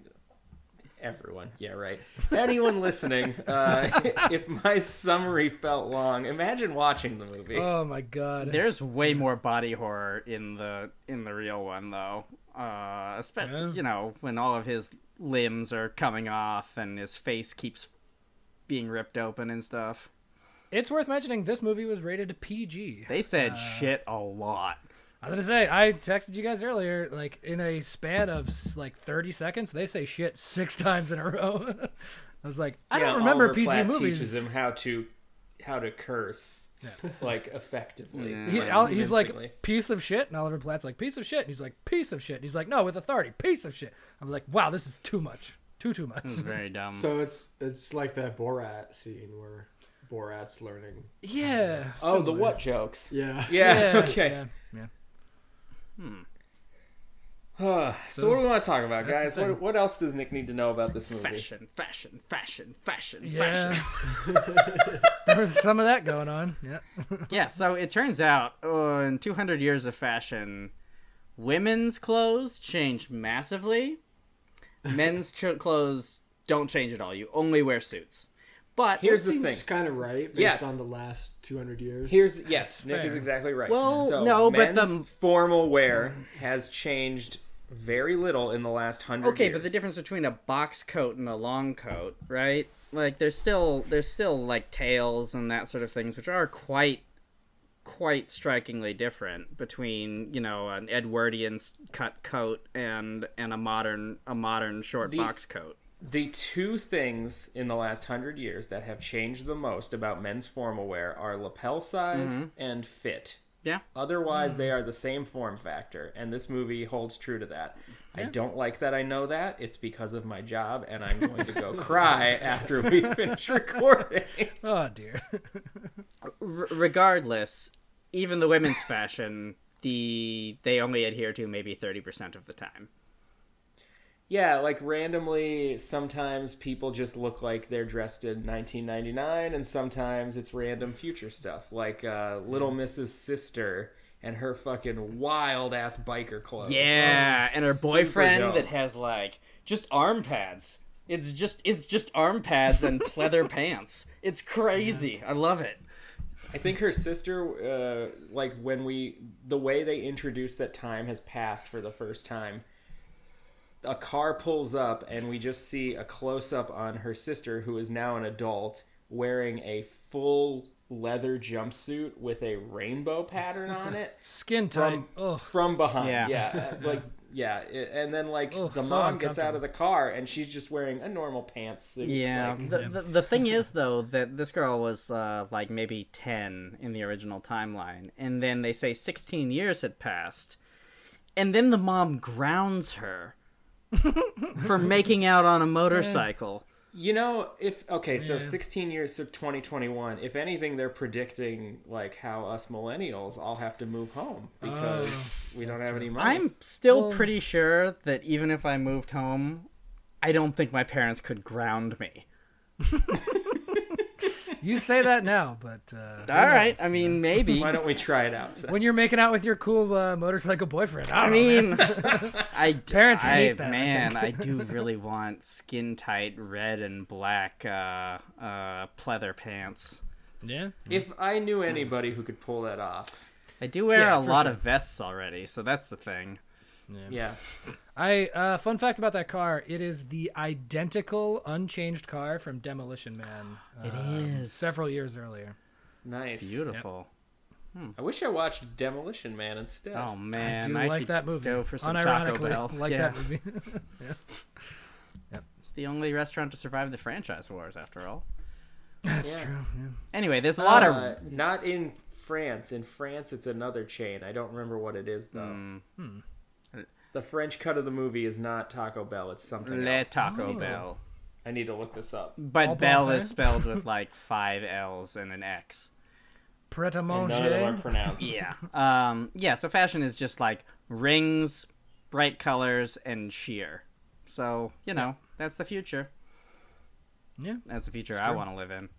Speaker 4: everyone, yeah, right. Anyone listening, uh,
Speaker 2: [laughs]
Speaker 4: if my summary felt long, imagine watching the movie.
Speaker 2: oh my god,
Speaker 5: There's way more body horror in the in the real one though. Uh especially
Speaker 2: Yeah.
Speaker 5: you know, when all of his limbs are coming off and his face keeps being ripped open and stuff.
Speaker 2: it's worth mentioning this movie was rated PG.
Speaker 5: They said shit a lot.
Speaker 2: I was gonna say I texted you guys earlier, like in a span of s- like thirty seconds, they say shit six [laughs] times in a row. I was like, I
Speaker 4: Yeah,
Speaker 2: don't remember
Speaker 4: Oliver
Speaker 2: PG
Speaker 4: Platt
Speaker 2: movies.
Speaker 4: Teaches him how to how to curse [laughs] like effectively.
Speaker 2: He-
Speaker 4: like,
Speaker 2: Al- he's
Speaker 4: convincingly.
Speaker 2: like piece of shit, and Oliver Platt's like piece of shit, and he's like piece of shit, and he's like no with authority, piece of shit. I'm like, wow, this is too much, too too much.
Speaker 5: It's very dumb.
Speaker 6: So it's it's like that Borat scene where Borat's learning.
Speaker 2: yeah.
Speaker 4: oh, the
Speaker 2: similar.
Speaker 4: what jokes?
Speaker 6: Yeah.
Speaker 4: Yeah.
Speaker 2: [laughs] Yeah,
Speaker 4: [laughs] okay.
Speaker 2: yeah, yeah.
Speaker 4: Uh, so, what do we want to talk about, guys?
Speaker 2: the
Speaker 4: What, what else does Nick need to know about this movie?
Speaker 5: fashion, fashion, fashion, fashion, fashion.
Speaker 2: Yeah. [laughs] there was some of that going on. Yeah.
Speaker 5: [laughs] Yeah, so it turns out uh, in 200 years of fashion, women's clothes change massively. Men's ch- clothes don't change at all. You only wear suits. But
Speaker 4: Here's the
Speaker 6: Seems
Speaker 4: thing.
Speaker 6: kind of right based
Speaker 4: Yes.
Speaker 6: on the last 200 years.
Speaker 4: Here's yes, Nick
Speaker 2: fair.
Speaker 4: is exactly right.
Speaker 5: Well,
Speaker 4: So,
Speaker 5: no, but the-
Speaker 4: men's formal wear has changed very little in the last hundred.
Speaker 5: okay,
Speaker 4: years.
Speaker 5: but the difference between a box coat and a long coat, right? Like there's still there's still like tails and that sort of things, which are quite quite strikingly different between you know an Edwardian s- cut coat and and a modern a modern short box coat.
Speaker 4: the two things in the last hundred years that have changed the most about men's formal wear are lapel size
Speaker 5: Mm-hmm.
Speaker 4: and fit.
Speaker 5: Yeah.
Speaker 4: Otherwise, they are the same form factor, and this movie holds true to that. I don't like that I know that. It's because of my job, and I'm going to go cry after we finish recording.
Speaker 2: Oh dear.
Speaker 5: R- regardless, even the women's fashion, the they only adhere to maybe thirty percent of the time.
Speaker 4: Yeah, like randomly, sometimes people just look like they're dressed in 1999, and sometimes it's random future stuff, like uh, Little Mrs. Sister and her fucking wild ass biker clothes.
Speaker 5: Yeah,
Speaker 4: Oh,
Speaker 5: and her
Speaker 4: super dope.
Speaker 5: boyfriend that has like just arm pads. It's just it's just arm pads and [laughs] pleather pants. It's crazy. I love it.
Speaker 4: I think her sister, uh, like when we, the way they introduced that time has passed for the first time. A car pulls up, and we just see a close up on her sister, who is now an adult, wearing a full leather jumpsuit with a rainbow pattern on
Speaker 2: [laughs]
Speaker 4: it
Speaker 2: Skin tight.
Speaker 4: from
Speaker 2: Oh,
Speaker 4: from behind.
Speaker 5: Yeah.
Speaker 4: Yeah, uh, like yeah, it- and then like
Speaker 2: Ugh,
Speaker 4: the
Speaker 2: so
Speaker 4: mom gets out
Speaker 2: uncomfortable.
Speaker 4: of the car, and she's just wearing a normal pantsuit.
Speaker 5: Yeah.
Speaker 4: like,
Speaker 5: The, the, the thing is, though, that this girl was uh, like maybe 10 in the original timeline. And then they say 16 years had passed. And then the mom grounds [laughs] her for making out on a motorcycle.
Speaker 4: You know, if okay, so 16 years of 2021. If anything, they're predicting like how us millennials all have to move home because we don't have any money.
Speaker 5: I'm still pretty sure that even if I moved home, I don't think my parents could ground me.
Speaker 2: you say that now, but uh,
Speaker 5: All right. I mean, maybe.
Speaker 4: Why don't we try it out? Seth?
Speaker 2: when you're making out with your cool uh, motorcycle boyfriend, I
Speaker 5: I
Speaker 2: don't know, man. [laughs]
Speaker 5: mean, I
Speaker 2: Parents
Speaker 5: I-
Speaker 2: hate that, I
Speaker 5: Man,
Speaker 2: [laughs]
Speaker 5: I do really want skin tight red and black uh, uh, pleather pants.
Speaker 2: yeah.
Speaker 4: If I knew anybody who could pull that off,
Speaker 5: I do wear
Speaker 2: Yeah,
Speaker 5: a
Speaker 2: for
Speaker 5: lot
Speaker 2: sure.
Speaker 5: of vests already, so that's the thing.
Speaker 4: yeah,
Speaker 2: I uh, fun fact about that car: it is the identical, unchanged car from Demolition Man. Uh,
Speaker 5: It is
Speaker 2: several years earlier.
Speaker 4: nice.
Speaker 5: beautiful.
Speaker 4: I wish I watched Demolition Man instead.
Speaker 5: Oh man,
Speaker 2: I do like
Speaker 5: could
Speaker 2: that movie.
Speaker 5: Go for some Taco
Speaker 2: Unironically,
Speaker 5: Bell.
Speaker 2: [laughs] like
Speaker 5: yeah,
Speaker 2: that movie.
Speaker 5: it's the only restaurant to survive the franchise wars, after all.
Speaker 2: [laughs] That's
Speaker 4: Yeah.
Speaker 2: true. yeah.
Speaker 5: Anyway, there's a lot
Speaker 4: Uh,
Speaker 5: of
Speaker 4: not in France. In France, it's another chain. I don't remember what it is though.
Speaker 5: Hmm.
Speaker 4: The French cut of the movie is not Taco Bell. It's something
Speaker 5: Le
Speaker 4: else.
Speaker 2: Oh.
Speaker 5: Taco Bell,
Speaker 4: I need to look this up.
Speaker 5: but
Speaker 2: All
Speaker 5: Bell
Speaker 2: Bonfire?
Speaker 5: is spelled
Speaker 2: [laughs]
Speaker 5: with like five L's and an X.
Speaker 2: Pret a
Speaker 4: None of them are
Speaker 2: manger.
Speaker 4: pronounced.
Speaker 5: Yeah. Um, yeah, so fashion is just like rings, bright colors, and sheer. So, you know, that's the future.
Speaker 2: Yeah.
Speaker 5: That's the future I want to live in.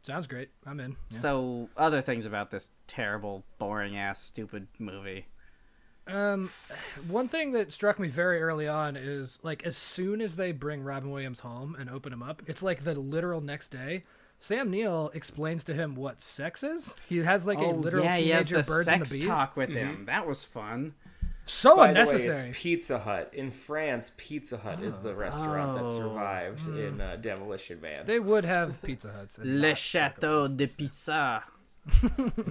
Speaker 2: Sounds great. I'm in. Yeah.
Speaker 5: So, other things about this terrible, boring ass, stupid movie.
Speaker 2: Um, one thing that struck me very early on is like as soon as they bring Robin Williams home and open him up, it's like the literal next day. Sam Neill explains to him what sex is. He has like a literal
Speaker 5: Oh, yeah, he has
Speaker 2: teenager
Speaker 5: the
Speaker 2: birds and the
Speaker 5: sex
Speaker 2: bees.
Speaker 5: talk with him. Mm-hmm. That was fun.
Speaker 2: So
Speaker 4: By the way,
Speaker 2: unnecessary.
Speaker 4: it's Pizza Hut in France. Pizza Hut is the restaurant
Speaker 2: Oh.
Speaker 4: that survived
Speaker 2: Hmm.
Speaker 4: in uh, Demolition Man.
Speaker 2: they would have Pizza Huts. and
Speaker 5: Le
Speaker 2: not
Speaker 5: Chateau
Speaker 2: [laughs]
Speaker 5: de Pizza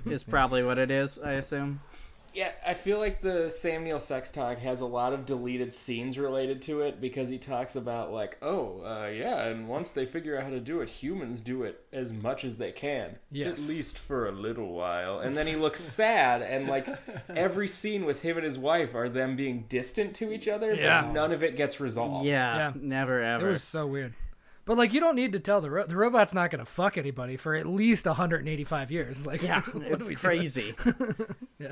Speaker 5: is probably what it is, I assume.
Speaker 4: yeah, I feel like the Sam Neill sex talk has a lot of deleted scenes related to it because he talks about like, oh, uh, yeah, and once they figure out how to do it, humans do it as much as they can,
Speaker 2: Yes.
Speaker 4: at least for a little while. And then he
Speaker 2: [laughs]
Speaker 4: looks sad, and like every scene with him and his wife are them being distant to each other,
Speaker 2: Yeah.
Speaker 4: but none of it gets resolved.
Speaker 5: Yeah,
Speaker 2: Yeah.
Speaker 5: never
Speaker 2: It
Speaker 5: ever.
Speaker 2: was so weird. But like, you don't need to tell the ro- the robot's not going to fuck anybody for at least 185 years. [laughs] Like,
Speaker 5: [laughs] yeah,
Speaker 2: what are
Speaker 5: it's
Speaker 2: we doing? [laughs]
Speaker 5: crazy.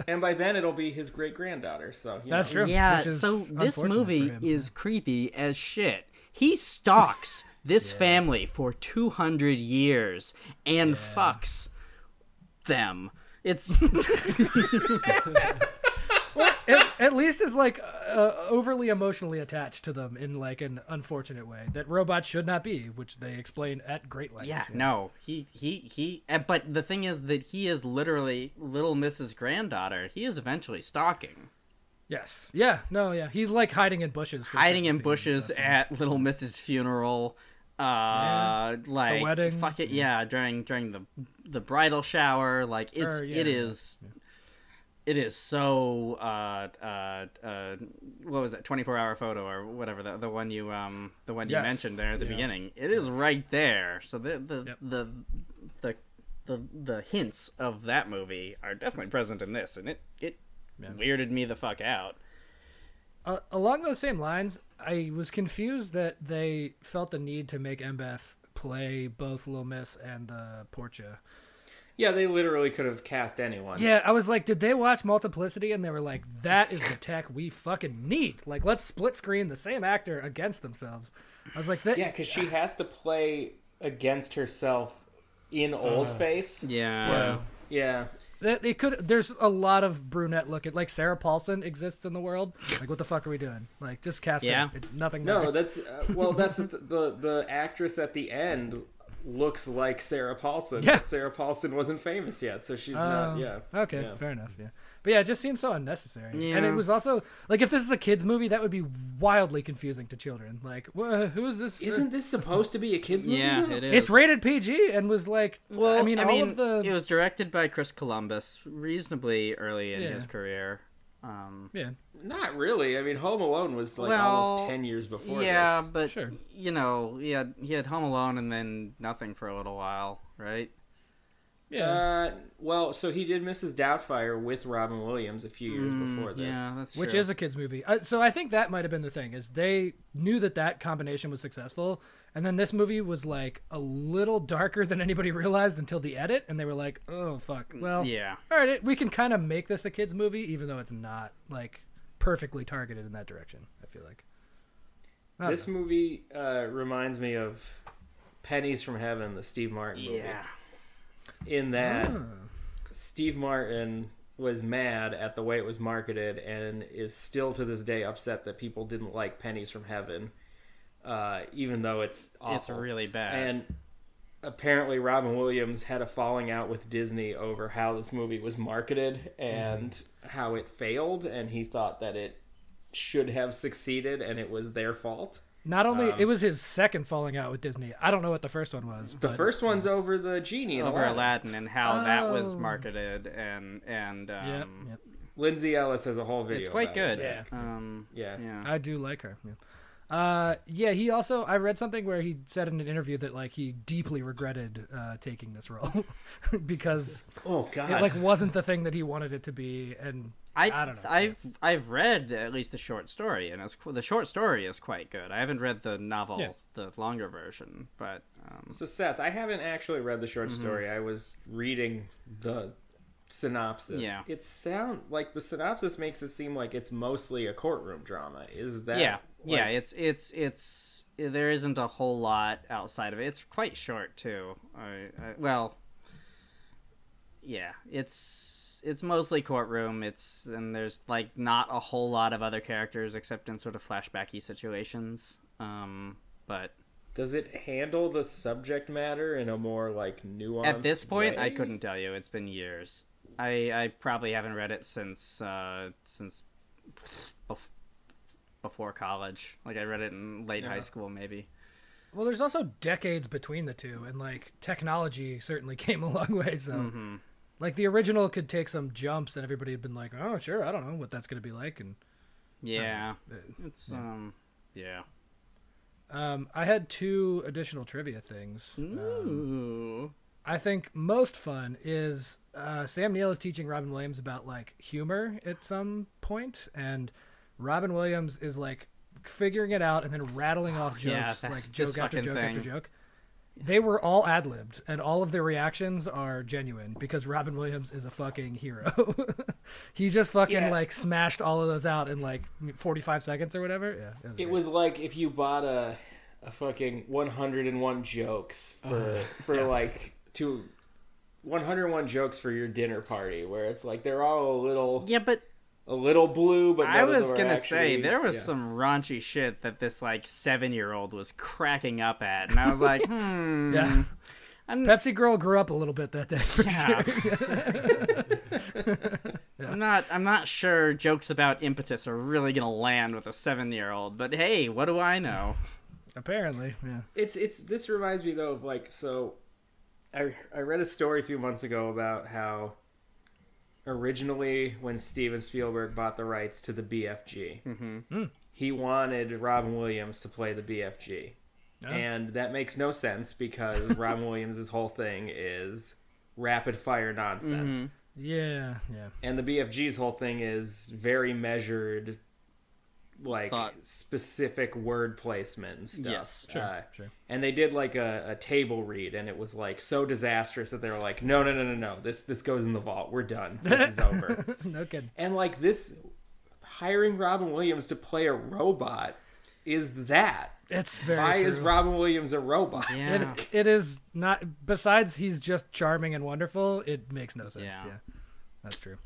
Speaker 4: And by then it'll be his great granddaughter. So you
Speaker 2: That's
Speaker 4: know.
Speaker 2: true.
Speaker 5: Yeah,
Speaker 2: which is
Speaker 5: so this
Speaker 2: unfortunate for
Speaker 5: movie
Speaker 2: him.
Speaker 5: is creepy as shit. He stalks this family for 200 years and fucks them.
Speaker 2: [laughs]
Speaker 5: It's [laughs]
Speaker 2: at, at least is like uh, overly emotionally attached to them in like an unfortunate way that robots should not be, which they explain at great length.
Speaker 5: yeah, no. He he he uh, but the thing is that he is literally little Mrs. granddaughter. He is eventually stalking,
Speaker 2: Yes. Yeah. No. Yeah. He's like hiding in bushes. For
Speaker 5: hiding
Speaker 2: certain
Speaker 5: in bushes
Speaker 2: scenes and stuff.
Speaker 5: at little Mrs. funeral. Uh, like
Speaker 2: wedding.
Speaker 5: fuck it, yeah. During during the the bridal shower, like it's
Speaker 2: Or,
Speaker 5: it
Speaker 2: yeah.
Speaker 5: is it is so uh uh uh what was that 24 hour photo or whatever the, the one you um the one you
Speaker 2: Yes.
Speaker 5: mentioned there at the beginning it is right there so the the,
Speaker 2: Yep.
Speaker 5: the the the the hints of that movie are definitely present in this and it it weirded me the fuck out
Speaker 2: Uh, along those same lines, I was confused that they felt the need to make Embeth play both Lil Miss and the Portia.
Speaker 4: Yeah, they literally could have cast anyone.
Speaker 2: Yeah, I was like, did they watch Multiplicity? And they were like, that is the tech we fucking need. Like, let's split screen the same actor against themselves. I was like, that,
Speaker 4: Yeah, because she has to play against herself in Old Face.
Speaker 5: Uh-huh. yeah
Speaker 4: Yeah.
Speaker 2: That it could. There's a lot of brunette looking. Like Sarah Paulson exists in the world. Like what the fuck are we doing? Like just cast
Speaker 5: Yeah.
Speaker 2: her. It, nothing.
Speaker 4: No,
Speaker 2: matters.
Speaker 4: that's uh, well, that's the, the the actress at the end looks like Sarah Paulson.
Speaker 2: Yeah.
Speaker 4: but Sarah Paulson wasn't famous yet, so she's
Speaker 2: Oh,
Speaker 5: Um,
Speaker 4: not. Yeah.
Speaker 2: Okay,
Speaker 4: Yeah.
Speaker 2: fair enough. Yeah. But yeah, it just seems so unnecessary. And
Speaker 5: Yeah.
Speaker 2: it was also like if this is a kids movie, that would be wildly confusing to children. Like, wha who is this? for?
Speaker 4: Isn't this supposed to be a kids movie?
Speaker 5: Yeah, it is.
Speaker 2: it's rated PG and was like well, I mean all of the
Speaker 5: it was directed by Chris Columbus, reasonably early in
Speaker 2: Yeah.
Speaker 5: his career. Um,
Speaker 2: Yeah.
Speaker 4: Not really. I mean, Home Alone was like
Speaker 5: Well,
Speaker 4: almost ten years before.
Speaker 5: yeah,
Speaker 4: this.
Speaker 5: but
Speaker 2: Sure.
Speaker 5: you know, he had he had Home Alone and then nothing for a little while, right?
Speaker 2: Yeah.
Speaker 4: Uh, well, so he did Mrs. Doubtfire with Robin Williams a few years before this.
Speaker 5: Mm, Yeah, that's
Speaker 2: which
Speaker 5: true.
Speaker 2: is a kids movie. Uh, so I think that might have been the thing is they knew that that combination was successful, and then this movie was like a little darker than anybody [laughs] realized until the edit, and they were like, "Oh fuck, well,
Speaker 5: yeah.
Speaker 2: all right, it, we can kind of make this a kids movie, even though it's not like perfectly targeted in that direction." I feel like I don't
Speaker 4: This movie uh, reminds me of Pennies from Heaven, the Steve Martin movie.
Speaker 5: Yeah.
Speaker 4: In that
Speaker 2: know.
Speaker 4: Steve Martin was mad at the way it was marketed and is still to this day upset that people didn't like Pennies from Heaven, uh, even though it's awful.
Speaker 5: It's really bad.
Speaker 4: And apparently, Robin Williams had a falling out with Disney over how this movie was marketed and
Speaker 2: Mm-hmm.
Speaker 4: how it failed, and he thought that it should have succeeded and it was their fault.
Speaker 2: Not only it was his second falling out with Disney. I don't know what the first one was.
Speaker 4: The first one's over the genie in
Speaker 5: over
Speaker 4: Aladdin.
Speaker 5: Aladdin and how that was
Speaker 2: Oh.
Speaker 5: marketed and and um,
Speaker 2: Yeah, yep.
Speaker 4: Lindsay Ellis has a whole video.
Speaker 5: it's quite
Speaker 4: about
Speaker 5: good.
Speaker 4: it.
Speaker 2: Yeah.
Speaker 5: Um,
Speaker 4: Yeah.
Speaker 5: yeah.
Speaker 2: I do like her. Yeah. Uh, yeah, he also I read something where he said in an interview that like he deeply regretted uh, taking this role [laughs] because
Speaker 4: Oh God!
Speaker 2: it like wasn't the thing that he wanted it to be and
Speaker 5: I,
Speaker 2: I don't know.
Speaker 5: I've I've read at least the short story, and it's qu- the short story is quite good. I haven't read the novel,
Speaker 2: Yeah.
Speaker 5: the longer version, but um,
Speaker 4: So Seth, I haven't actually read the
Speaker 5: Mm-hmm.
Speaker 4: short story. I was reading the synopsis.
Speaker 5: Yeah.
Speaker 4: It sound like the synopsis makes it seem like it's mostly a courtroom drama. Is that
Speaker 5: yeah,
Speaker 4: like-
Speaker 5: yeah, it's it's it's there isn't a whole lot outside of it. It's quite short too. I, I, well, yeah, it's it's mostly courtroom. It's and there's like not a whole lot of other characters except in sort of flashbacky situations. Um, but
Speaker 4: Does it handle the subject matter in a more like nuanced
Speaker 5: At this point, I
Speaker 4: way?
Speaker 5: couldn't tell you. It's been years. I, I probably haven't read it since uh, since bef- before college. Like I read it in late high school, maybe.
Speaker 2: well there's also decades between the two and like technology certainly [laughs] came a long way so like the original could take some jumps and everybody had been like oh sure I don't know what that's gonna be like and
Speaker 5: Yeah, it's um, yeah.
Speaker 2: um, I had two additional trivia things.
Speaker 5: Ooh,
Speaker 2: I think most fun is uh, Sam Neill is teaching Robin Williams about like humor at some point, and Robin Williams is like figuring it out and then rattling off
Speaker 5: [sighs] yeah,
Speaker 2: jokes
Speaker 5: that's
Speaker 2: like joke
Speaker 5: this
Speaker 2: after
Speaker 5: fucking
Speaker 2: joke after
Speaker 5: thing.
Speaker 2: joke. They were all ad libbed, and all of their reactions are genuine because Robin Williams is a fucking hero. [laughs] he just fucking
Speaker 4: Yeah.
Speaker 2: like smashed all of those out in like 45 seconds or whatever. Yeah,
Speaker 4: It
Speaker 2: great.
Speaker 4: was like if you bought a a fucking 101 jokes
Speaker 5: Uh-huh.
Speaker 4: for for like to 101 jokes for your dinner party where it's like they're all a little
Speaker 5: yeah, but
Speaker 4: a little blue but
Speaker 5: I
Speaker 4: none of them
Speaker 5: was
Speaker 4: are
Speaker 5: gonna say
Speaker 4: actually-
Speaker 5: there was
Speaker 4: Yeah.
Speaker 5: some raunchy shit that this like seven year old was cracking up at, and I was like, hmm,
Speaker 2: Yeah.
Speaker 5: I'm-
Speaker 2: Pepsi Girl grew up a little bit that day for
Speaker 5: Yeah.
Speaker 2: sure. [laughs]
Speaker 5: I'm not. I'm not sure jokes about impetus are really gonna land with a seven-year-old. But hey, what do I know?
Speaker 2: Apparently, yeah.
Speaker 4: it's it's this reminds me though of like so I I read a story a few months ago about how originally when Steven Spielberg bought the rights to the BFG, he wanted Robin Williams to play the BFG. And that makes no sense because Robin Williams' whole thing is rapid fire nonsense.
Speaker 2: Yeah, yeah.
Speaker 4: And the BFG's whole thing is very measured, like
Speaker 5: Thought.
Speaker 4: specific word placement and stuff.
Speaker 5: Yes,
Speaker 4: sure,
Speaker 2: sure.
Speaker 4: And they did like a, a table read, and it was like so disastrous that they were like, "No, no, no, no, no! This this goes in the vault. We're done. This is over."
Speaker 2: [laughs] No kidding.
Speaker 4: and like this, hiring Robin Williams to play a robot is that?
Speaker 2: It's very
Speaker 4: Why
Speaker 2: true.
Speaker 4: is Robin Williams a robot?
Speaker 5: Yeah.
Speaker 2: It, it is not. Besides, he's just charming and wonderful. It makes no sense. Yeah.
Speaker 5: Yeah.
Speaker 2: That's true.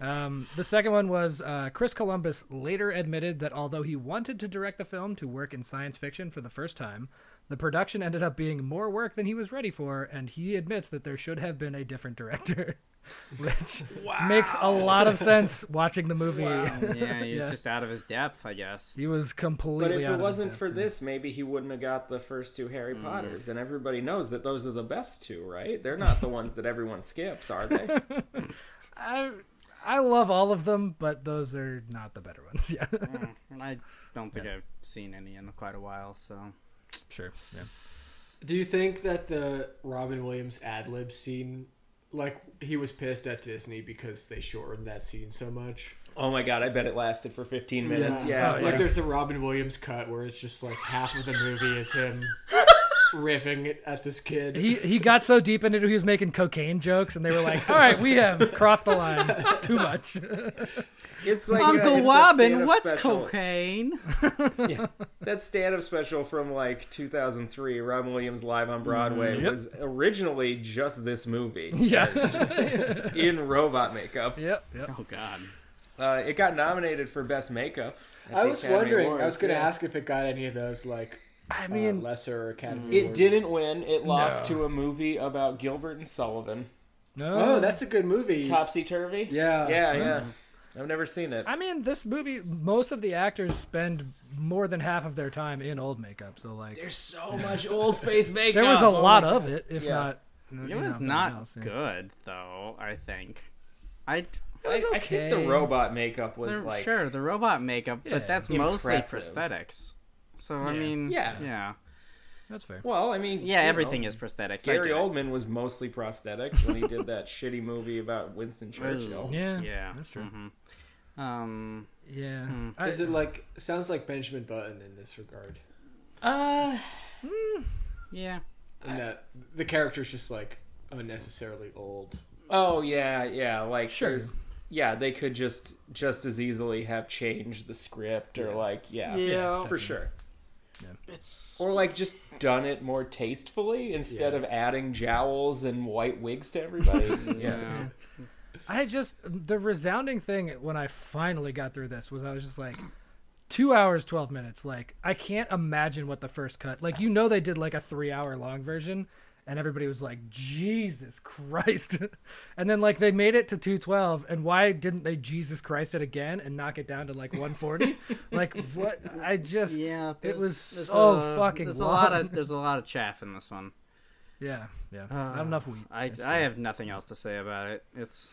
Speaker 2: Um, the second one was uh, Chris Columbus later admitted that although he wanted to direct the film to work in science fiction for the first time, the production ended up being more work than he was ready for, and he admits that there should have been a different director, [laughs] which makes a lot of sense watching the movie. [laughs]
Speaker 5: Yeah, he's just out of his depth, I guess.
Speaker 2: He was completely.
Speaker 4: But if
Speaker 2: out
Speaker 4: it
Speaker 2: of his
Speaker 4: wasn't
Speaker 2: depth, Mm.
Speaker 4: for
Speaker 2: yeah.
Speaker 4: this, maybe he wouldn't have got the first two Harry Potters. And everybody knows that those are the best two, right? They're not the ones that everyone skips, are they?
Speaker 2: [laughs] I, I love all of them, but those are not the better ones. [laughs] Yeah,
Speaker 5: I don't think I've seen any in quite a while, so
Speaker 2: sure. Yeah.
Speaker 6: Do you think that the Robin Williams ad lib scene, like he was pissed at Disney because they shortened that scene so much?
Speaker 4: oh my god, I bet it lasted for 15 minutes. Yeah.
Speaker 2: Oh,
Speaker 6: like
Speaker 2: yeah.
Speaker 6: there's a Robin Williams cut where it's just like half of the movie is [laughs] him riffing at this kid.
Speaker 2: He he got so deep into it, he was making cocaine jokes, and they were like, "All right, we have crossed the line too much."
Speaker 4: It's like uh,
Speaker 5: Uncle
Speaker 4: it's that
Speaker 5: Robin,
Speaker 4: stand-up
Speaker 5: what's
Speaker 4: special.
Speaker 5: cocaine?
Speaker 4: That stand up special from like 2003, Robin Williams Live on Broadway,
Speaker 2: Mm, Yep.
Speaker 4: was originally just this movie
Speaker 2: [laughs] yeah.
Speaker 4: in robot makeup.
Speaker 2: yep. Yep.
Speaker 5: [laughs] Oh God.
Speaker 2: [laughs]
Speaker 4: Uh, it got nominated for Best Makeup. at
Speaker 6: I
Speaker 4: the
Speaker 6: was
Speaker 4: Academy
Speaker 6: wondering. I was
Speaker 4: Awards,
Speaker 6: going to
Speaker 4: yeah.
Speaker 6: ask if it got any of those like
Speaker 2: I
Speaker 6: uh,
Speaker 2: mean,
Speaker 6: lesser Academy.
Speaker 4: It
Speaker 6: Awards.
Speaker 4: didn't win. It lost to a movie about Gilbert and Sullivan.
Speaker 2: no.
Speaker 6: Oh, that's a good movie.
Speaker 4: Topsy Turvy?
Speaker 6: Yeah.
Speaker 4: Yeah, yeah. I've never seen it.
Speaker 2: I mean, this movie. Most of the actors spend more than half of their time in old makeup, so like
Speaker 4: There's so much old face makeup.
Speaker 2: there was a
Speaker 4: Oh my
Speaker 2: lot of it, if
Speaker 4: Yeah.
Speaker 2: not.
Speaker 5: It was not good, though. I think. I
Speaker 4: I, I think the
Speaker 2: okay.
Speaker 4: robot makeup was
Speaker 5: they're-
Speaker 4: like
Speaker 5: sure the robot makeup,
Speaker 2: Yeah.
Speaker 5: but that's mostly
Speaker 4: Impressive.
Speaker 5: prosthetics. So I mean,
Speaker 4: Yeah.
Speaker 5: yeah,
Speaker 2: That's fair.
Speaker 4: well, I mean,
Speaker 5: yeah.
Speaker 4: you
Speaker 5: Everything
Speaker 4: know,
Speaker 5: is prosthetics. I
Speaker 4: Gary
Speaker 5: get it.
Speaker 4: Oldman was mostly prosthetics when he did that [laughs] shitty movie about Winston Churchill.
Speaker 2: Yeah.
Speaker 5: Yeah,
Speaker 2: That's true.
Speaker 5: mhm. Um,
Speaker 2: Yeah. I-
Speaker 6: Is it like sounds like Benjamin Button in this regard?
Speaker 4: Uh,
Speaker 5: yeah.
Speaker 6: And that the character's just like unnecessarily old.
Speaker 4: Oh yeah, yeah. Like
Speaker 2: Sure.
Speaker 4: there's- yeah, they could just just as easily have changed the script or like yeah,
Speaker 2: Yeah.
Speaker 4: for sure.
Speaker 5: It's
Speaker 4: Or like just done it more tastefully instead
Speaker 6: Yeah.
Speaker 4: of adding jowls and white wigs to everybody. yeah.
Speaker 5: yeah.
Speaker 2: I just the resounding thing when I finally got through this was I was just like two hours twelve minutes. Like I can't imagine what the first cut. Like you know they did like a three hour long version, and everybody was like Jesus Christ, [laughs] and then like they made it to two twelve, and why didn't they Jesus Christ it again and knock it down to like one forty? like what? I just
Speaker 5: Yeah,
Speaker 2: it
Speaker 5: there's-
Speaker 2: was
Speaker 5: there's
Speaker 2: so
Speaker 5: a-
Speaker 2: fucking
Speaker 5: There's
Speaker 2: long. [laughs]
Speaker 5: a lot of there's a lot of chaff in this one.
Speaker 2: yeah yeah not enough wheat.
Speaker 5: Uh, I
Speaker 2: That's
Speaker 5: I have nothing else to say about it. It's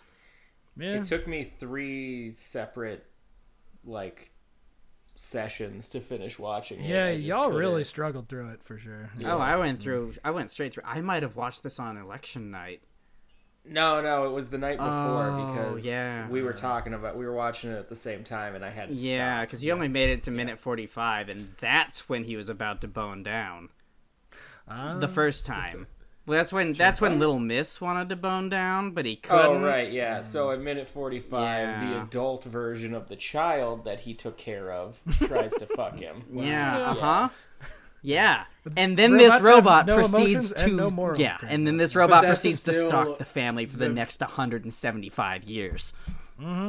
Speaker 2: Yeah.
Speaker 4: It took me three separate like sessions to finish watching. it.
Speaker 2: Yeah,
Speaker 4: I just
Speaker 2: y'all
Speaker 4: couldn't.
Speaker 2: really struggled through it for sure.
Speaker 5: oh I went through I went straight through. I might have watched this on election night.
Speaker 4: No, no, it was the night before
Speaker 5: Oh,
Speaker 4: because
Speaker 5: yeah.
Speaker 4: we were talking about we were watching it at the same time and I had to
Speaker 5: Yeah,
Speaker 4: stop.
Speaker 5: because you only made it to minute forty five, and that's when he was about to bone down.
Speaker 2: Ah.
Speaker 5: the first time. Well, that's when that's when Little Miss wanted to bone down, but he
Speaker 4: Oh
Speaker 5: couldn't.
Speaker 4: right, yeah. So at minute forty-five, the
Speaker 5: Mm. Yeah.
Speaker 4: adult version of the child that he took care
Speaker 2: [laughs]
Speaker 4: of tries to fuck him.
Speaker 5: Yeah. Uh huh.
Speaker 2: [laughs]
Speaker 5: Yeah. And then
Speaker 2: Robots
Speaker 5: this robot
Speaker 2: have no
Speaker 5: proceeds
Speaker 2: emotions
Speaker 5: to
Speaker 2: and no morals,
Speaker 5: yeah,
Speaker 2: turns
Speaker 5: and then
Speaker 2: out.
Speaker 5: this robot
Speaker 6: that's
Speaker 5: proceeds to
Speaker 6: still
Speaker 5: stalk the family for the,
Speaker 6: the-
Speaker 5: next 175 years. Mm-hmm,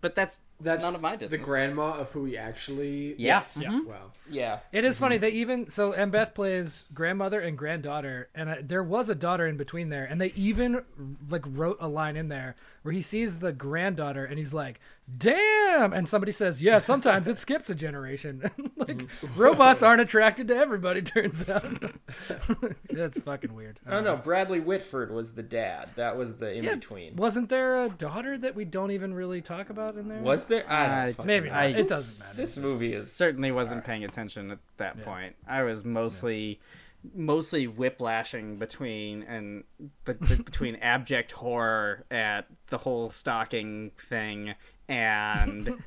Speaker 5: But that's
Speaker 6: That's
Speaker 5: none of my business.
Speaker 6: The grandma of who he actually.
Speaker 5: yeah.
Speaker 6: Yeah.
Speaker 5: mhm.
Speaker 6: Wow.
Speaker 4: Yeah,
Speaker 2: It is
Speaker 4: Mm-hmm.
Speaker 2: funny. They even so M. Beth plays grandmother and granddaughter, and I, there was a daughter in between there, and they even like wrote a line in there where he sees the granddaughter and he's like, "Damn!" and somebody says, "Yeah, sometimes it skips a generation." [laughs] like
Speaker 4: Mm-hmm.
Speaker 2: robots aren't attracted to everybody. [laughs] Turns out that's fucking weird.
Speaker 4: no, no. Bradley Whitford was the dad. That was the in
Speaker 2: Yeah,
Speaker 4: between.
Speaker 2: wasn't there a daughter that we don't even really talk about in there?
Speaker 4: Was there? I don't
Speaker 5: I-
Speaker 4: fucking
Speaker 2: maybe
Speaker 4: know.
Speaker 2: not.
Speaker 5: I-
Speaker 2: it doesn't matter.
Speaker 4: This movie is
Speaker 5: Certainly wasn't paying attention at that point. I was mostly mostly whiplashing between and but
Speaker 4: [laughs]
Speaker 5: but between abject horror at
Speaker 4: [laughs]
Speaker 5: the whole stalking thing and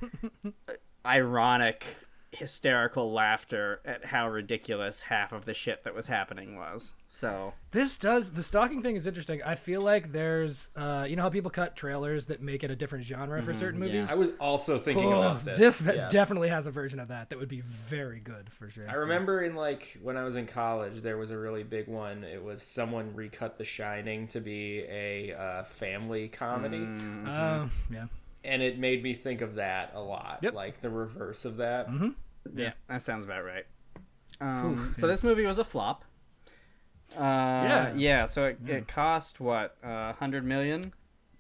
Speaker 5: ironic hysterical laughter at how ridiculous half of the shit that was happening was. So
Speaker 2: This does the stalking thing is interesting. I feel like there's, uh, you know how people cut trailers that make it a different genre
Speaker 4: Mm-hmm.
Speaker 2: for certain movies.
Speaker 4: I was also thinking
Speaker 2: Oh,
Speaker 4: about this.
Speaker 2: this ve-
Speaker 4: Yeah.
Speaker 2: definitely has a version of that that would be very good for sure.
Speaker 4: I remember in like when I was in college, there was a really big one. It was someone recut The Shining to be a uh, family comedy,
Speaker 5: Mm-hmm.
Speaker 2: Uh, yeah.
Speaker 4: and it made me think of that a lot.
Speaker 2: Yep.
Speaker 4: Like the reverse of that.
Speaker 5: yeah, that sounds about right. Um, so this movie was a flop. Uh, yeah,
Speaker 2: Yeah.
Speaker 5: yeah. So it, it cost what uh, hundred million,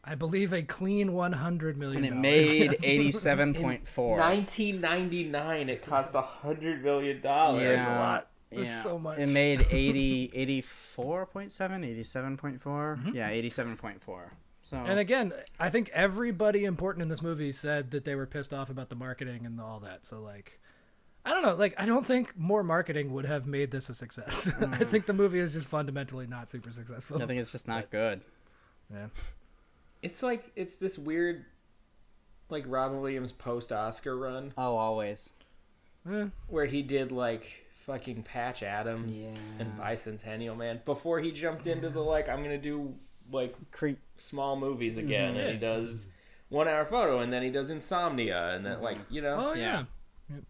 Speaker 2: I believe a clean 100 million.
Speaker 5: and it
Speaker 2: dollars. [laughs]
Speaker 5: made
Speaker 2: Yes.
Speaker 5: eighty-seven point four.
Speaker 4: 1999, it cost a hundred million dollars.
Speaker 2: a lot.
Speaker 5: Yeah.
Speaker 2: That's so much. [laughs]
Speaker 5: It made 80, 84.7, 87.4. Yeah, 87.4. So
Speaker 2: Mm-hmm. And again, I think everybody important in this movie said that they were pissed off about the marketing and all that. So like, I don't know. Like, I don't think more marketing would have made this a success. [laughs]
Speaker 5: Mm-hmm.
Speaker 2: I think the movie is just fundamentally not super successful. [laughs]
Speaker 5: I think it's just not good.
Speaker 2: Yeah.
Speaker 4: It's like it's this weird, like Robin Williams post Oscar run
Speaker 5: Oh, always.
Speaker 4: where he did like fucking Patch Adams and Bicentennial Man before he jumped into the like I'm gonna do like
Speaker 5: Creep.
Speaker 4: small movies again, and he does one hour photo, and then he does Insomnia, and then like you know,
Speaker 2: Oh
Speaker 5: Yeah.
Speaker 2: yeah. Yep.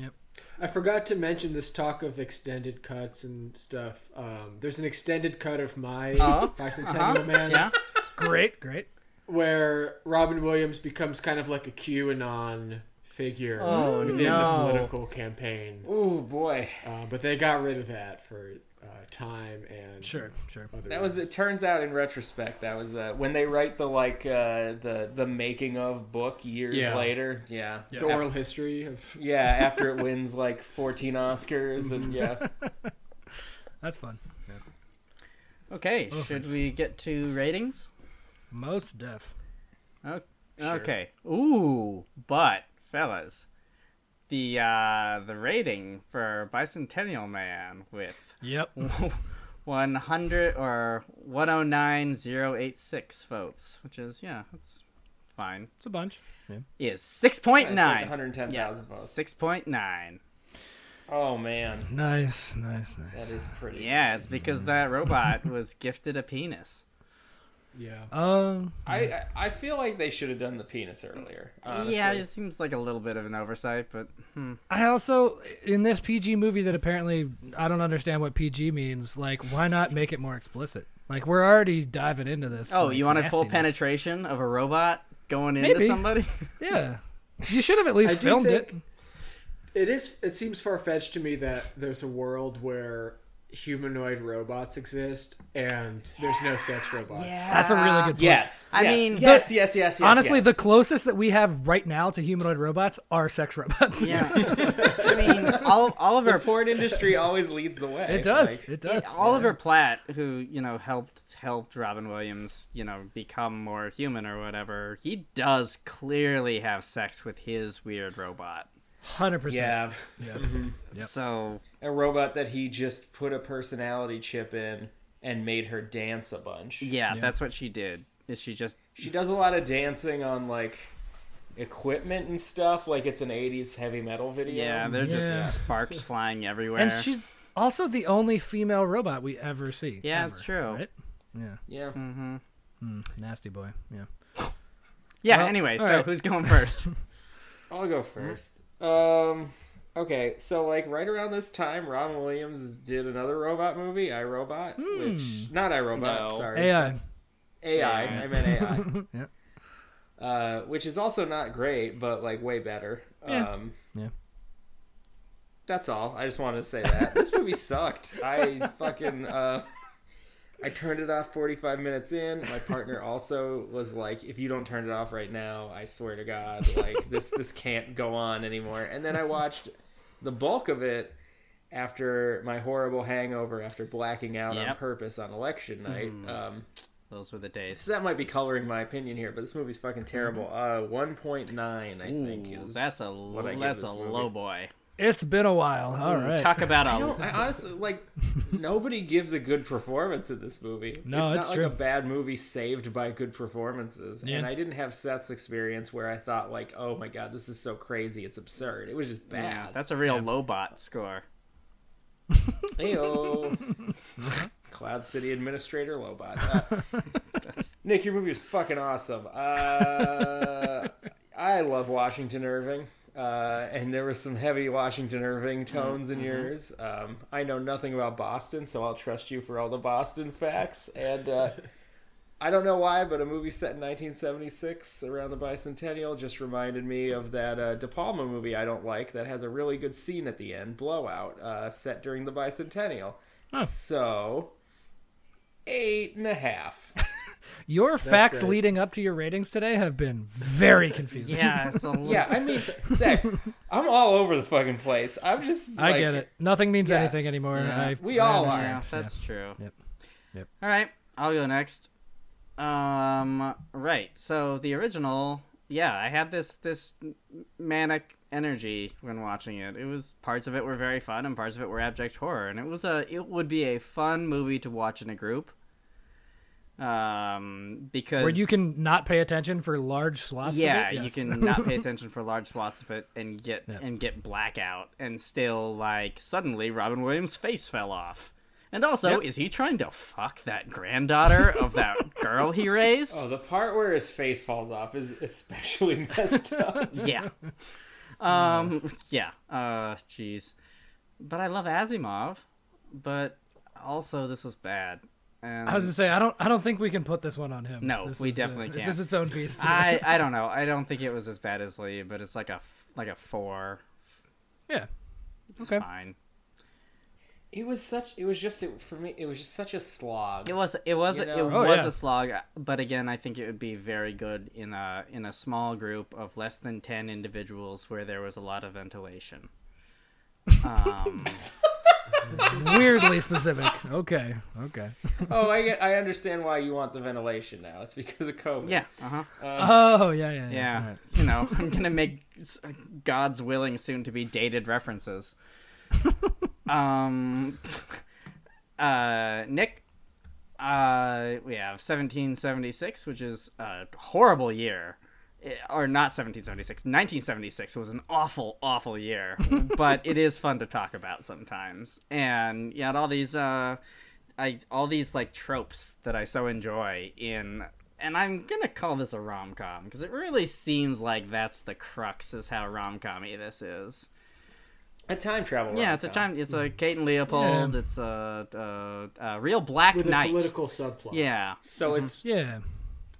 Speaker 2: Yep.
Speaker 6: I forgot to mention this talk of extended cuts and stuff. Um, there's an extended cut of my
Speaker 5: Uh-huh.
Speaker 6: [laughs] Bicentennial
Speaker 5: Uh-huh.
Speaker 2: [laughs]
Speaker 6: Man
Speaker 5: Yeah.
Speaker 2: Great. Great.
Speaker 6: where Robin Williams becomes kind of like a QAnon figure
Speaker 5: Oh,
Speaker 6: within
Speaker 5: no.
Speaker 6: the political campaign.
Speaker 4: oh boy,
Speaker 6: Uh, but they got rid of that for uh, time and
Speaker 2: Sure. Sure.
Speaker 6: other
Speaker 4: that was. It
Speaker 6: reasons.
Speaker 4: turns out in retrospect, that was uh, when they write the like uh, the the making of book years
Speaker 6: Yeah.
Speaker 4: later. Yeah,
Speaker 2: Yeah.
Speaker 6: the oral history of
Speaker 4: yeah. After it wins like 14 Oscars, and yeah,
Speaker 2: That's fun.
Speaker 5: Okay,
Speaker 2: Oh,
Speaker 5: should we get to ratings?
Speaker 2: Most deaf.
Speaker 5: Oh, Okay. Ooh, but fellas, the uh the rating for Bicentennial Man [laughs] with
Speaker 2: Yep.
Speaker 5: 100 or 109086 votes, which is yeah, that's fine.
Speaker 2: It's a bunch.
Speaker 5: Is 6.9.
Speaker 4: It's like 110,000
Speaker 5: yeah,
Speaker 4: votes.
Speaker 5: 6.9.
Speaker 4: Oh man,
Speaker 2: Nice. Nice.
Speaker 4: that
Speaker 2: Nice.
Speaker 4: is pretty.
Speaker 5: Yeah, it's because that [laughs] robot was gifted a penis.
Speaker 6: yeah.
Speaker 2: Um.
Speaker 4: I I I feel like they should have done the penis earlier. honestly.
Speaker 5: Yeah, it seems like a little bit of an oversight, but
Speaker 2: I also in this PG movie that apparently I don't understand what PG means. Like, why not make it more explicit? Like, we're already diving into this.
Speaker 5: Oh,
Speaker 2: like,
Speaker 5: you wanted full
Speaker 2: nastiness.
Speaker 5: penetration of a robot going into
Speaker 2: Maybe.
Speaker 5: [laughs] somebody?
Speaker 2: Yeah, you should have at least
Speaker 6: do
Speaker 2: filmed
Speaker 6: think-
Speaker 2: it.
Speaker 6: It is. It seems far fetched to me that there's a world where humanoid robots exist and there's no sex robots.
Speaker 2: That's a really good. Point.
Speaker 4: Yes.
Speaker 5: I
Speaker 4: yes,
Speaker 5: mean,
Speaker 4: yes, yes, yes, yes.
Speaker 2: Honestly,
Speaker 4: yes.
Speaker 2: the closest that we have right now to humanoid robots are sex [laughs] robots.
Speaker 5: Yeah. [laughs] I mean, Ol- Oliver
Speaker 4: porn industry always leads the way.
Speaker 2: it does.
Speaker 4: Like,
Speaker 2: it does.
Speaker 5: Oliver Platt, who you know helped helped Robin Williams, you know, become more human or whatever, he does clearly have sex with his weird robot.
Speaker 2: hundred percent.
Speaker 4: yeah,
Speaker 5: So
Speaker 4: a robot that he just put a personality chip in and made her dance a bunch.
Speaker 5: yeah, that's what she did. Is she just
Speaker 4: She does a lot of dancing on like equipment and stuff, like it's an '80s heavy metal video.
Speaker 5: yeah? There's
Speaker 2: Yeah.
Speaker 5: just sparks flying everywhere.
Speaker 2: and she's also the only female robot we ever see.
Speaker 5: yeah,
Speaker 2: ever,
Speaker 5: it's true.
Speaker 2: Right?
Speaker 4: yeah.
Speaker 5: Mm. Mm-hmm.
Speaker 2: Nasty boy. Yeah. [laughs]
Speaker 5: Yeah.
Speaker 2: Well,
Speaker 5: anyway,
Speaker 2: all
Speaker 5: so
Speaker 2: right.
Speaker 5: who's going
Speaker 4: [laughs]
Speaker 5: first?
Speaker 4: I'll go
Speaker 5: Mm-hmm.
Speaker 4: first. Um, okay, so like right around this time, Robin Williams did another robot movie, I Robot, which not I Robot,
Speaker 5: Hmm. No.
Speaker 4: sorry,
Speaker 2: AI.
Speaker 4: AI, I meant AI.
Speaker 2: Yeah.
Speaker 4: Uh, which is also not great, but like way better.
Speaker 2: Yeah.
Speaker 4: Um,
Speaker 2: Yeah.
Speaker 4: That's all. I just wanted to say that this movie sucked. I fucking uh, I turned it off 45 minutes in. My partner also was like, "If you don't turn it off right now, I swear to God, like this this can't go on anymore." And then I watched the bulk of it after my horrible hangover after blacking out on
Speaker 5: Yep.
Speaker 4: purpose on election night. Um,
Speaker 5: Those were the days.
Speaker 4: so that might be coloring my opinion here, but this movie's fucking terrible. Uh, one point nine, I think.
Speaker 5: Mm-hmm. Ooh,
Speaker 4: Is
Speaker 5: that's a
Speaker 4: what I
Speaker 5: l-
Speaker 4: give
Speaker 5: that's a
Speaker 4: this movie.
Speaker 5: low boy.
Speaker 2: It's been a while. All right.
Speaker 5: Talk about
Speaker 4: I
Speaker 5: a
Speaker 4: don't. I honestly
Speaker 5: [laughs]
Speaker 4: like. nobody gives a good performance in this movie.
Speaker 2: No,
Speaker 4: it's,
Speaker 2: it's
Speaker 4: not
Speaker 2: true.
Speaker 4: like a bad movie saved by good performances.
Speaker 2: Yeah.
Speaker 4: And I didn't have Seth's experience where I thought like, "Oh my god, this is so crazy, it's absurd." It was just
Speaker 5: yeah,
Speaker 4: bad.
Speaker 5: that's a real
Speaker 4: [laughs]
Speaker 5: Lobot score.
Speaker 4: Heyo. Cloud City Administrator Lobot. Uh, Nick, your movie was fucking awesome. Uh, I love Washington Irving. Uh, and there was some heavy Washington Irving tones in yours. Um, I know nothing about Boston, so I'll trust you for all the Boston facts. And uh, I don't know why, but a movie set in 1976 around the bicentennial just reminded me of that uh, De Palma movie I don't like that has a really good scene at the end, Blowout, uh, set during the bicentennial. So, eight and a
Speaker 2: [laughs]
Speaker 4: half.
Speaker 2: Your facts
Speaker 6: great.
Speaker 2: leading up to your ratings today have been very confusing.
Speaker 5: [laughs] Yeah, it's a little,
Speaker 4: yeah, I mean, Zach, I'm all over the fucking place. I'm just.
Speaker 2: I
Speaker 4: like,
Speaker 2: get it. Nothing means
Speaker 4: yeah.
Speaker 2: anything anymore. I,
Speaker 4: We
Speaker 2: I
Speaker 4: all are.
Speaker 2: understand.
Speaker 5: Yeah, that's true.
Speaker 2: Yep. Yep.
Speaker 5: All right, I'll go next. Um, right. So the original, yeah, I had this this manic energy when watching it. It was parts of it were very fun and parts of it were abject horror, and it was a it would be a fun movie to watch in a group. Um, because
Speaker 2: Where you can not pay attention for large swaths. of
Speaker 5: yeah,
Speaker 2: it? Yes.
Speaker 5: you can not pay attention for large swaths of it and get and get blackout and still like suddenly Robin Williams' face fell off. And also, is he trying to fuck that granddaughter of that girl he raised?
Speaker 4: Oh, the part where his face falls off is especially [laughs] messed up.
Speaker 5: Yeah. Um yeah. Uh jeez. But I love Asimov, but also this was bad. And
Speaker 2: I was gonna say I don't. I don't think we can put this one on him.
Speaker 5: No,
Speaker 2: This
Speaker 5: we
Speaker 2: is, uh,
Speaker 5: definitely can't.
Speaker 2: This is its own beast.
Speaker 5: I, I don't know. I don't think it was as bad as Lee, but it's like a f- like a 4.
Speaker 2: yeah.
Speaker 5: It's
Speaker 2: Okay.
Speaker 5: fine.
Speaker 4: It was such. It was just it, for me. It was just such a slog.
Speaker 5: It was it was
Speaker 4: You know?
Speaker 5: it
Speaker 2: Oh,
Speaker 5: was
Speaker 2: yeah.
Speaker 5: a slog, but again, I think it would be very good in a in a small group of less than ten individuals where there was a lot
Speaker 2: [laughs]
Speaker 5: of ventilation. Um,
Speaker 2: Weirdly specific. Okay.
Speaker 5: [laughs]
Speaker 2: Okay.
Speaker 4: oh, I get. I understand why you want the ventilation now. It's because of COVID.
Speaker 5: yeah, uh-huh.
Speaker 2: Oh yeah yeah yeah.
Speaker 5: yeah.
Speaker 2: All right.
Speaker 5: You know, I'm gonna make s- God's willing soon to be dated references. um, [laughs] uh, Nick, uh, we have 1776, which is a horrible year. Eh, Or not 1776. 1976 was an awful, awful year, but it is fun to talk about sometimes. And you had all these, uh, I all these like tropes that I so enjoy in, and I'm gonna call this a rom com because it really seems like that's the crux is how rom commy this is.
Speaker 4: A time travel.
Speaker 5: Yeah, it's a
Speaker 4: rom-com.
Speaker 5: time. It's a Kate and Leopold. It's a, a, a real Black
Speaker 6: with a
Speaker 5: Knight.
Speaker 6: political subplot.
Speaker 5: Yeah,
Speaker 4: So it's
Speaker 2: Yeah.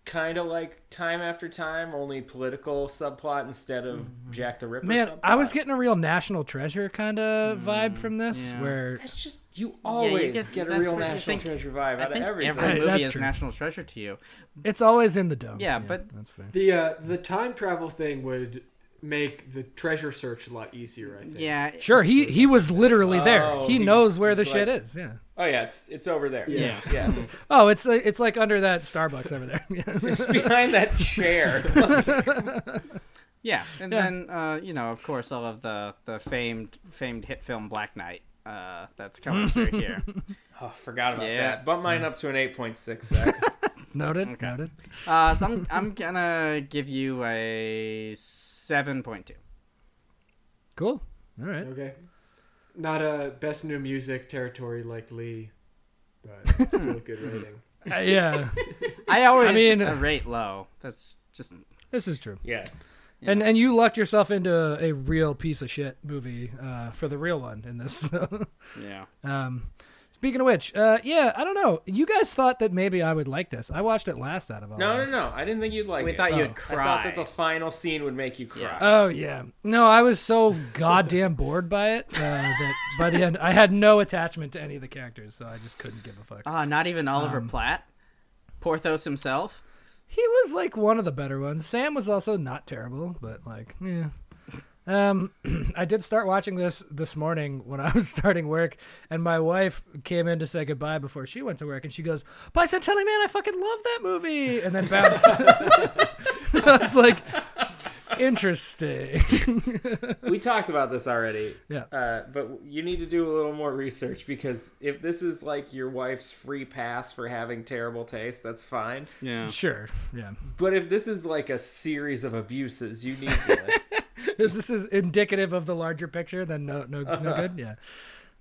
Speaker 4: kind of like time after time, only political subplot instead of Jack the Ripper.
Speaker 2: Man,
Speaker 4: subplot.
Speaker 2: I was getting a real national treasure kind of vibe from this.
Speaker 5: Mm, yeah.
Speaker 2: Where
Speaker 4: That's just you always
Speaker 5: get-
Speaker 4: get,
Speaker 5: that's
Speaker 4: a real
Speaker 5: what you
Speaker 4: national
Speaker 5: think.
Speaker 4: treasure vibe
Speaker 5: I
Speaker 4: out of
Speaker 5: think every
Speaker 4: everything.
Speaker 2: Hey,
Speaker 5: movie
Speaker 2: that's
Speaker 5: is
Speaker 2: true.
Speaker 5: national treasure to you.
Speaker 2: it's always in the dome.
Speaker 5: Yeah, but-
Speaker 2: that's fair.
Speaker 6: The uh, the time travel thing would make the treasure search a lot easier. I think.
Speaker 5: Yeah,
Speaker 2: Sure. He he was literally there.
Speaker 4: Oh,
Speaker 2: He
Speaker 4: he
Speaker 2: knows
Speaker 4: was
Speaker 2: where the
Speaker 4: like-
Speaker 2: shit is. Yeah.
Speaker 4: Oh yeah, it's it's over there.
Speaker 6: Yeah.
Speaker 4: yeah.
Speaker 2: Oh, it's uh, it's like under that Starbucks over there. [laughs]
Speaker 4: [laughs]
Speaker 2: Yeah.
Speaker 4: it's behind that chair. [laughs]
Speaker 5: yeah, and then uh, you know, of course, all of the the famed famed hit film Black Knight. Uh, that's coming through here.
Speaker 4: oh, forgot about
Speaker 5: Yeah.
Speaker 4: that. Bump mine up to an eight point six. Zach.
Speaker 2: noted. Noted.
Speaker 5: Uh, so I'm I'm gonna give you a seven point two.
Speaker 2: Cool. All right.
Speaker 6: Okay. Not a best new music territory like Lee,
Speaker 5: [laughs]
Speaker 6: but still a good rating.
Speaker 2: Uh, yeah.
Speaker 5: I always
Speaker 2: I mean-
Speaker 5: uh, rate low. That's just
Speaker 2: This is true.
Speaker 4: yeah.
Speaker 2: And and you lucked yourself into a real piece of shit movie uh, for the real one in this. [laughs] so.
Speaker 5: yeah.
Speaker 2: um, speaking of which, uh, yeah, I don't know. You guys thought that maybe I would like this. I watched it last out of all.
Speaker 4: No, no,
Speaker 2: us.
Speaker 4: no. I didn't think you'd like
Speaker 5: We
Speaker 4: it.
Speaker 5: thought
Speaker 2: you'd
Speaker 4: I thought
Speaker 5: cry.
Speaker 4: that the final scene would make you cry.
Speaker 2: Oh yeah, no, I was so goddamn bored by it uh, that by the end I had no attachment to any of the characters, so I just couldn't give a fuck.
Speaker 5: Ah, not even Oliver Platt, Porthos himself.
Speaker 2: He was like one of the better ones. Sam was also not terrible, but like, yeah. Um, [clears throat] I did start watching this this morning when I was [laughs] starting work, and my wife came in to say goodbye before she went to work, and she goes, "Bicentennial [laughs] Man, I fucking love that movie," and then bounced. I was like, Interesting. [laughs]
Speaker 4: we talked about this already.
Speaker 2: Yeah.
Speaker 4: Uh, but you need to do a little more research because if this is like your wife's free pass for having terrible taste, that's fine.
Speaker 5: Yeah.
Speaker 2: sure. Yeah.
Speaker 4: But if this is like a series of abuses, you need to.
Speaker 5: [laughs]
Speaker 4: like,
Speaker 2: If this is indicative of the larger picture, then no, no, no good. Yeah.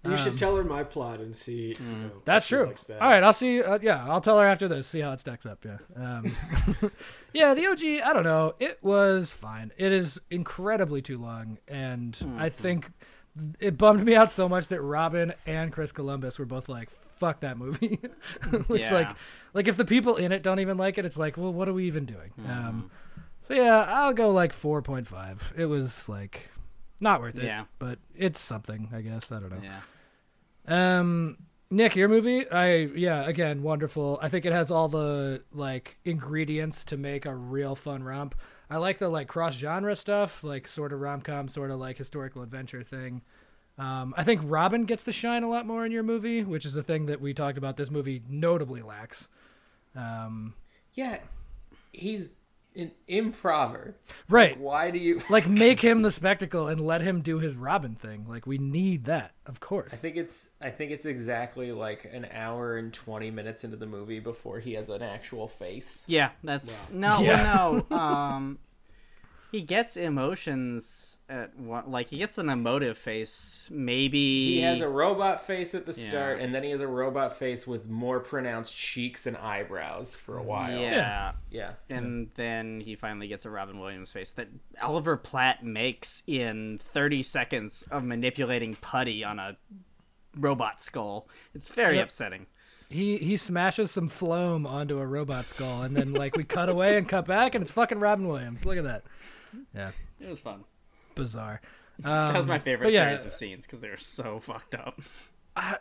Speaker 6: You
Speaker 5: Um.
Speaker 6: should tell her my plot and see. you know, if
Speaker 2: Hmm. That's
Speaker 6: she
Speaker 2: true.
Speaker 6: likes that.
Speaker 2: All right, I'll see. Uh, yeah, I'll tell her after this. See how it stacks up. Yeah. Um, yeah, the OG. I don't know. It was fine. It is incredibly too long, and I think it bummed me out so much that Robin and Chris Columbus were both like, "Fuck that movie." [laughs] it's
Speaker 5: Yeah.
Speaker 2: like, like if the people in it don't even like it, it's like, well, what are we even doing? Um, so yeah, I'll go like four point five. It was like not worth it.
Speaker 5: Yeah.
Speaker 2: But it's something, I guess. I don't know.
Speaker 5: Yeah.
Speaker 2: Um, Nick, your movie, I yeah, again, wonderful. I think it has all the like ingredients to make a real fun romp. I like the like cross genre stuff, like sort of rom com, sort of like historical adventure thing. Um, I think Robin gets to shine a lot more in your movie, which is a thing that we talked about. This movie notably lacks. Um,
Speaker 4: yeah, he's an improver.
Speaker 2: right,
Speaker 4: Why do you? [laughs]
Speaker 2: like make him the spectacle and let him do his Robin thing. Like we need that, of course.
Speaker 4: I think it's I think it's exactly like an hour and twenty minutes into the movie before he has an actual face.
Speaker 5: Yeah, that's no, well, no. Um, he gets emotions at one, like he gets an emotive face. Maybe
Speaker 4: He has a robot face at the
Speaker 5: Yeah.
Speaker 4: start, and then he has a robot face with more pronounced cheeks and eyebrows for a while.
Speaker 5: yeah,
Speaker 4: yeah.
Speaker 5: and then he finally gets a Robin Williams face that Oliver Platt makes in thirty seconds of manipulating putty on a robot skull. It's very
Speaker 2: Yep.
Speaker 5: upsetting.
Speaker 2: He he smashes some phloem onto a robot skull, and then like we cut away and cut back, and it's fucking Robin Williams. Look at that,
Speaker 5: It was fun.
Speaker 2: bizarre.
Speaker 5: That was my favorite
Speaker 2: Um, but yeah.
Speaker 5: series of scenes because they were so [laughs] fucked up.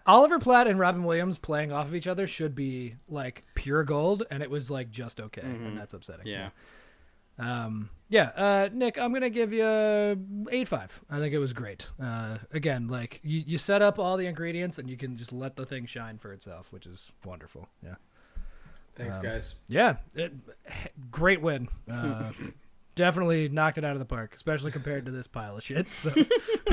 Speaker 2: Oliver Platt and Robin Williams playing off of each other should be like pure gold, and it was like just okay, and that's upsetting. Um, yeah, uh, Nick, I'm gonna give you eight five. I think it was great. Uh, again, like you, you set up all the ingredients, and you can just let the thing shine for itself, which is wonderful. Yeah. Um.
Speaker 6: Thanks, guys.
Speaker 2: Yeah, it, great win. Uh, [laughs] definitely knocked it out of the park, especially compared to this pile of shit. So. [laughs]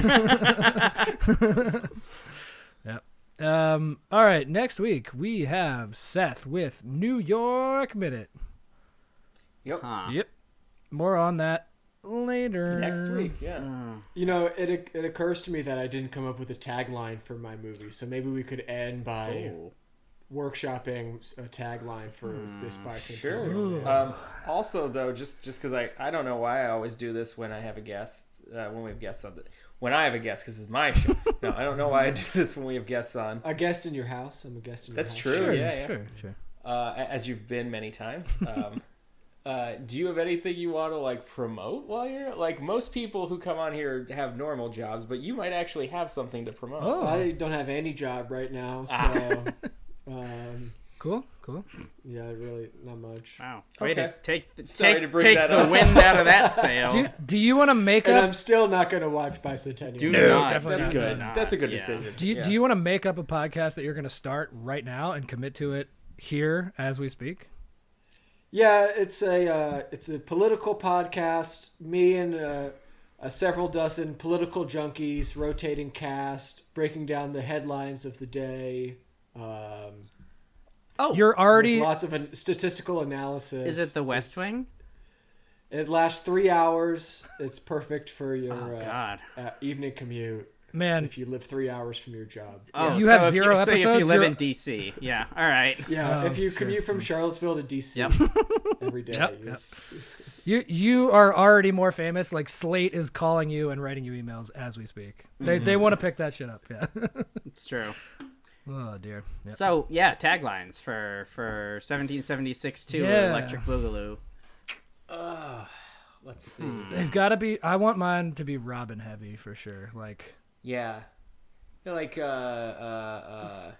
Speaker 2: yep. Um, all right, next week we have Seth with New York Minute.
Speaker 4: Yep.
Speaker 5: Huh.
Speaker 2: Yep. More on that later.
Speaker 4: Next week, yeah.
Speaker 6: You know, it it occurs to me that I didn't come up with a tagline for my movie, so maybe we could end by
Speaker 4: Oh.
Speaker 5: Ooh.
Speaker 6: workshopping s- a tagline for this bicentennial.
Speaker 4: Hmm, Sure. Um, also, though, just just because I I don't know why I always do this when I have a guest uh, when we have guests on. The, when I have a guest, because it's my
Speaker 2: [laughs]
Speaker 4: show. no, I don't know why I do this when we have guests on.
Speaker 6: A guest in your house. I'm a guest in your
Speaker 4: That's
Speaker 6: house.
Speaker 4: true.
Speaker 2: Sure,
Speaker 4: yeah, yeah.
Speaker 2: sure, sure.
Speaker 4: Uh, a- as you've been many
Speaker 2: [laughs]
Speaker 4: times. Um, uh, do you have anything you want to like promote while you're like most people who come on here have normal jobs, but you might actually have something to promote.
Speaker 2: Oh,
Speaker 6: I don't have any job right now,
Speaker 4: Ah.
Speaker 6: so
Speaker 4: [laughs]
Speaker 6: um,
Speaker 2: cool, cool.
Speaker 6: yeah, really not much.
Speaker 4: Ah.
Speaker 5: Wow. Way to
Speaker 4: Okay.
Speaker 5: take the,
Speaker 4: Sorry
Speaker 5: take,
Speaker 4: to bring
Speaker 5: take
Speaker 4: that
Speaker 5: the
Speaker 4: up.
Speaker 5: wind out of that sail.
Speaker 2: Do Do you want to make
Speaker 6: And
Speaker 2: up?
Speaker 6: I'm still not going to watch bicentennial.
Speaker 5: Do
Speaker 2: No,
Speaker 5: not.
Speaker 2: definitely
Speaker 5: do
Speaker 4: that's good.
Speaker 5: not.
Speaker 4: That's a good
Speaker 5: Yeah.
Speaker 4: decision.
Speaker 2: Do you,
Speaker 4: Yeah.
Speaker 2: do you want to make up a podcast that you're going to start right now and commit to it here as we speak?
Speaker 6: Yeah, it's a uh, it's a political podcast. Me and uh, uh, several dozen political junkies, rotating cast, breaking down the headlines of the day. Um,
Speaker 5: Oh,
Speaker 2: You're
Speaker 6: with
Speaker 2: already
Speaker 6: lots of an- statistical analysis.
Speaker 5: is it the West
Speaker 6: It's-
Speaker 5: Wing?
Speaker 6: It lasts three hours. It's perfect for your uh,
Speaker 5: Oh, God.
Speaker 6: uh, evening commute
Speaker 2: man.
Speaker 6: if you live three hours from your job.
Speaker 5: Oh,
Speaker 2: You have
Speaker 5: so if
Speaker 2: zero
Speaker 5: so if you
Speaker 2: episodes,
Speaker 5: live
Speaker 2: you're-
Speaker 5: in DC, yeah. All right.
Speaker 6: Yeah,
Speaker 2: Oh,
Speaker 6: if you
Speaker 2: sure.
Speaker 6: commute from Charlottesville to DC
Speaker 5: Mm. Yep. [laughs]
Speaker 6: every day.
Speaker 2: Yep,
Speaker 6: you-
Speaker 2: yep. You you are already more famous. Like Slate is calling you and writing you emails as we speak. They
Speaker 6: Mm-hmm.
Speaker 2: they want to pick that shit up. Yeah. [laughs]
Speaker 5: It's true.
Speaker 2: oh dear. Yep.
Speaker 5: So yeah, taglines for for 1776 to
Speaker 2: Yeah.
Speaker 5: Electric Boogaloo.
Speaker 4: Let's see.
Speaker 2: They've got to be. I want mine to be Robin heavy for sure. Like
Speaker 4: Yeah. They're like uh, uh, uh,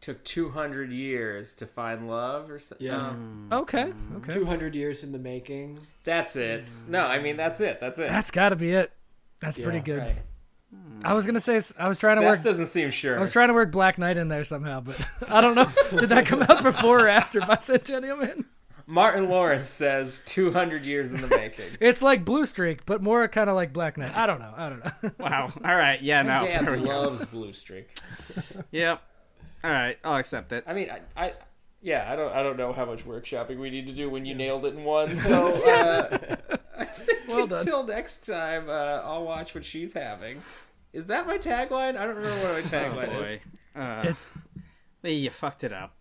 Speaker 4: took 200 years to find love or something.
Speaker 6: Yeah.
Speaker 2: okay, okay.
Speaker 6: Two hundred years in the making.
Speaker 4: That's it. No, I mean, that's it. That's it.
Speaker 2: That's got to be it. That's pretty
Speaker 6: Yeah,
Speaker 2: good.
Speaker 4: Right.
Speaker 2: I was gonna say s- I was trying to
Speaker 4: Seth
Speaker 2: work.
Speaker 4: doesn't seem sure.
Speaker 2: I was trying to [laughs] work Black Knight in there somehow, but I don't know. Did that come out before or after [laughs] Bicentennial Man?
Speaker 4: Martin Lawrence says 200 years in the making.
Speaker 2: It's like Blue Streak, but more kind of like Black Knight. I don't know. I don't know.
Speaker 5: [laughs]
Speaker 2: [laughs]
Speaker 5: Wow. All right. Yeah. No. There
Speaker 4: Dad
Speaker 5: we go.
Speaker 4: loves Blue Streak.
Speaker 5: Yep. All right. I'll accept it.
Speaker 4: I mean, I, I, yeah, I don't, I don't know how much workshopping we need to do when you nailed it in one. So
Speaker 5: [laughs]
Speaker 4: uh, I think
Speaker 2: done.
Speaker 4: until next time, uh, I'll watch what she's having. Is
Speaker 5: [laughs]
Speaker 4: that my tagline? I don't remember what my
Speaker 5: Oh,
Speaker 4: tagline is.
Speaker 5: boy. Uh, you fucked it up.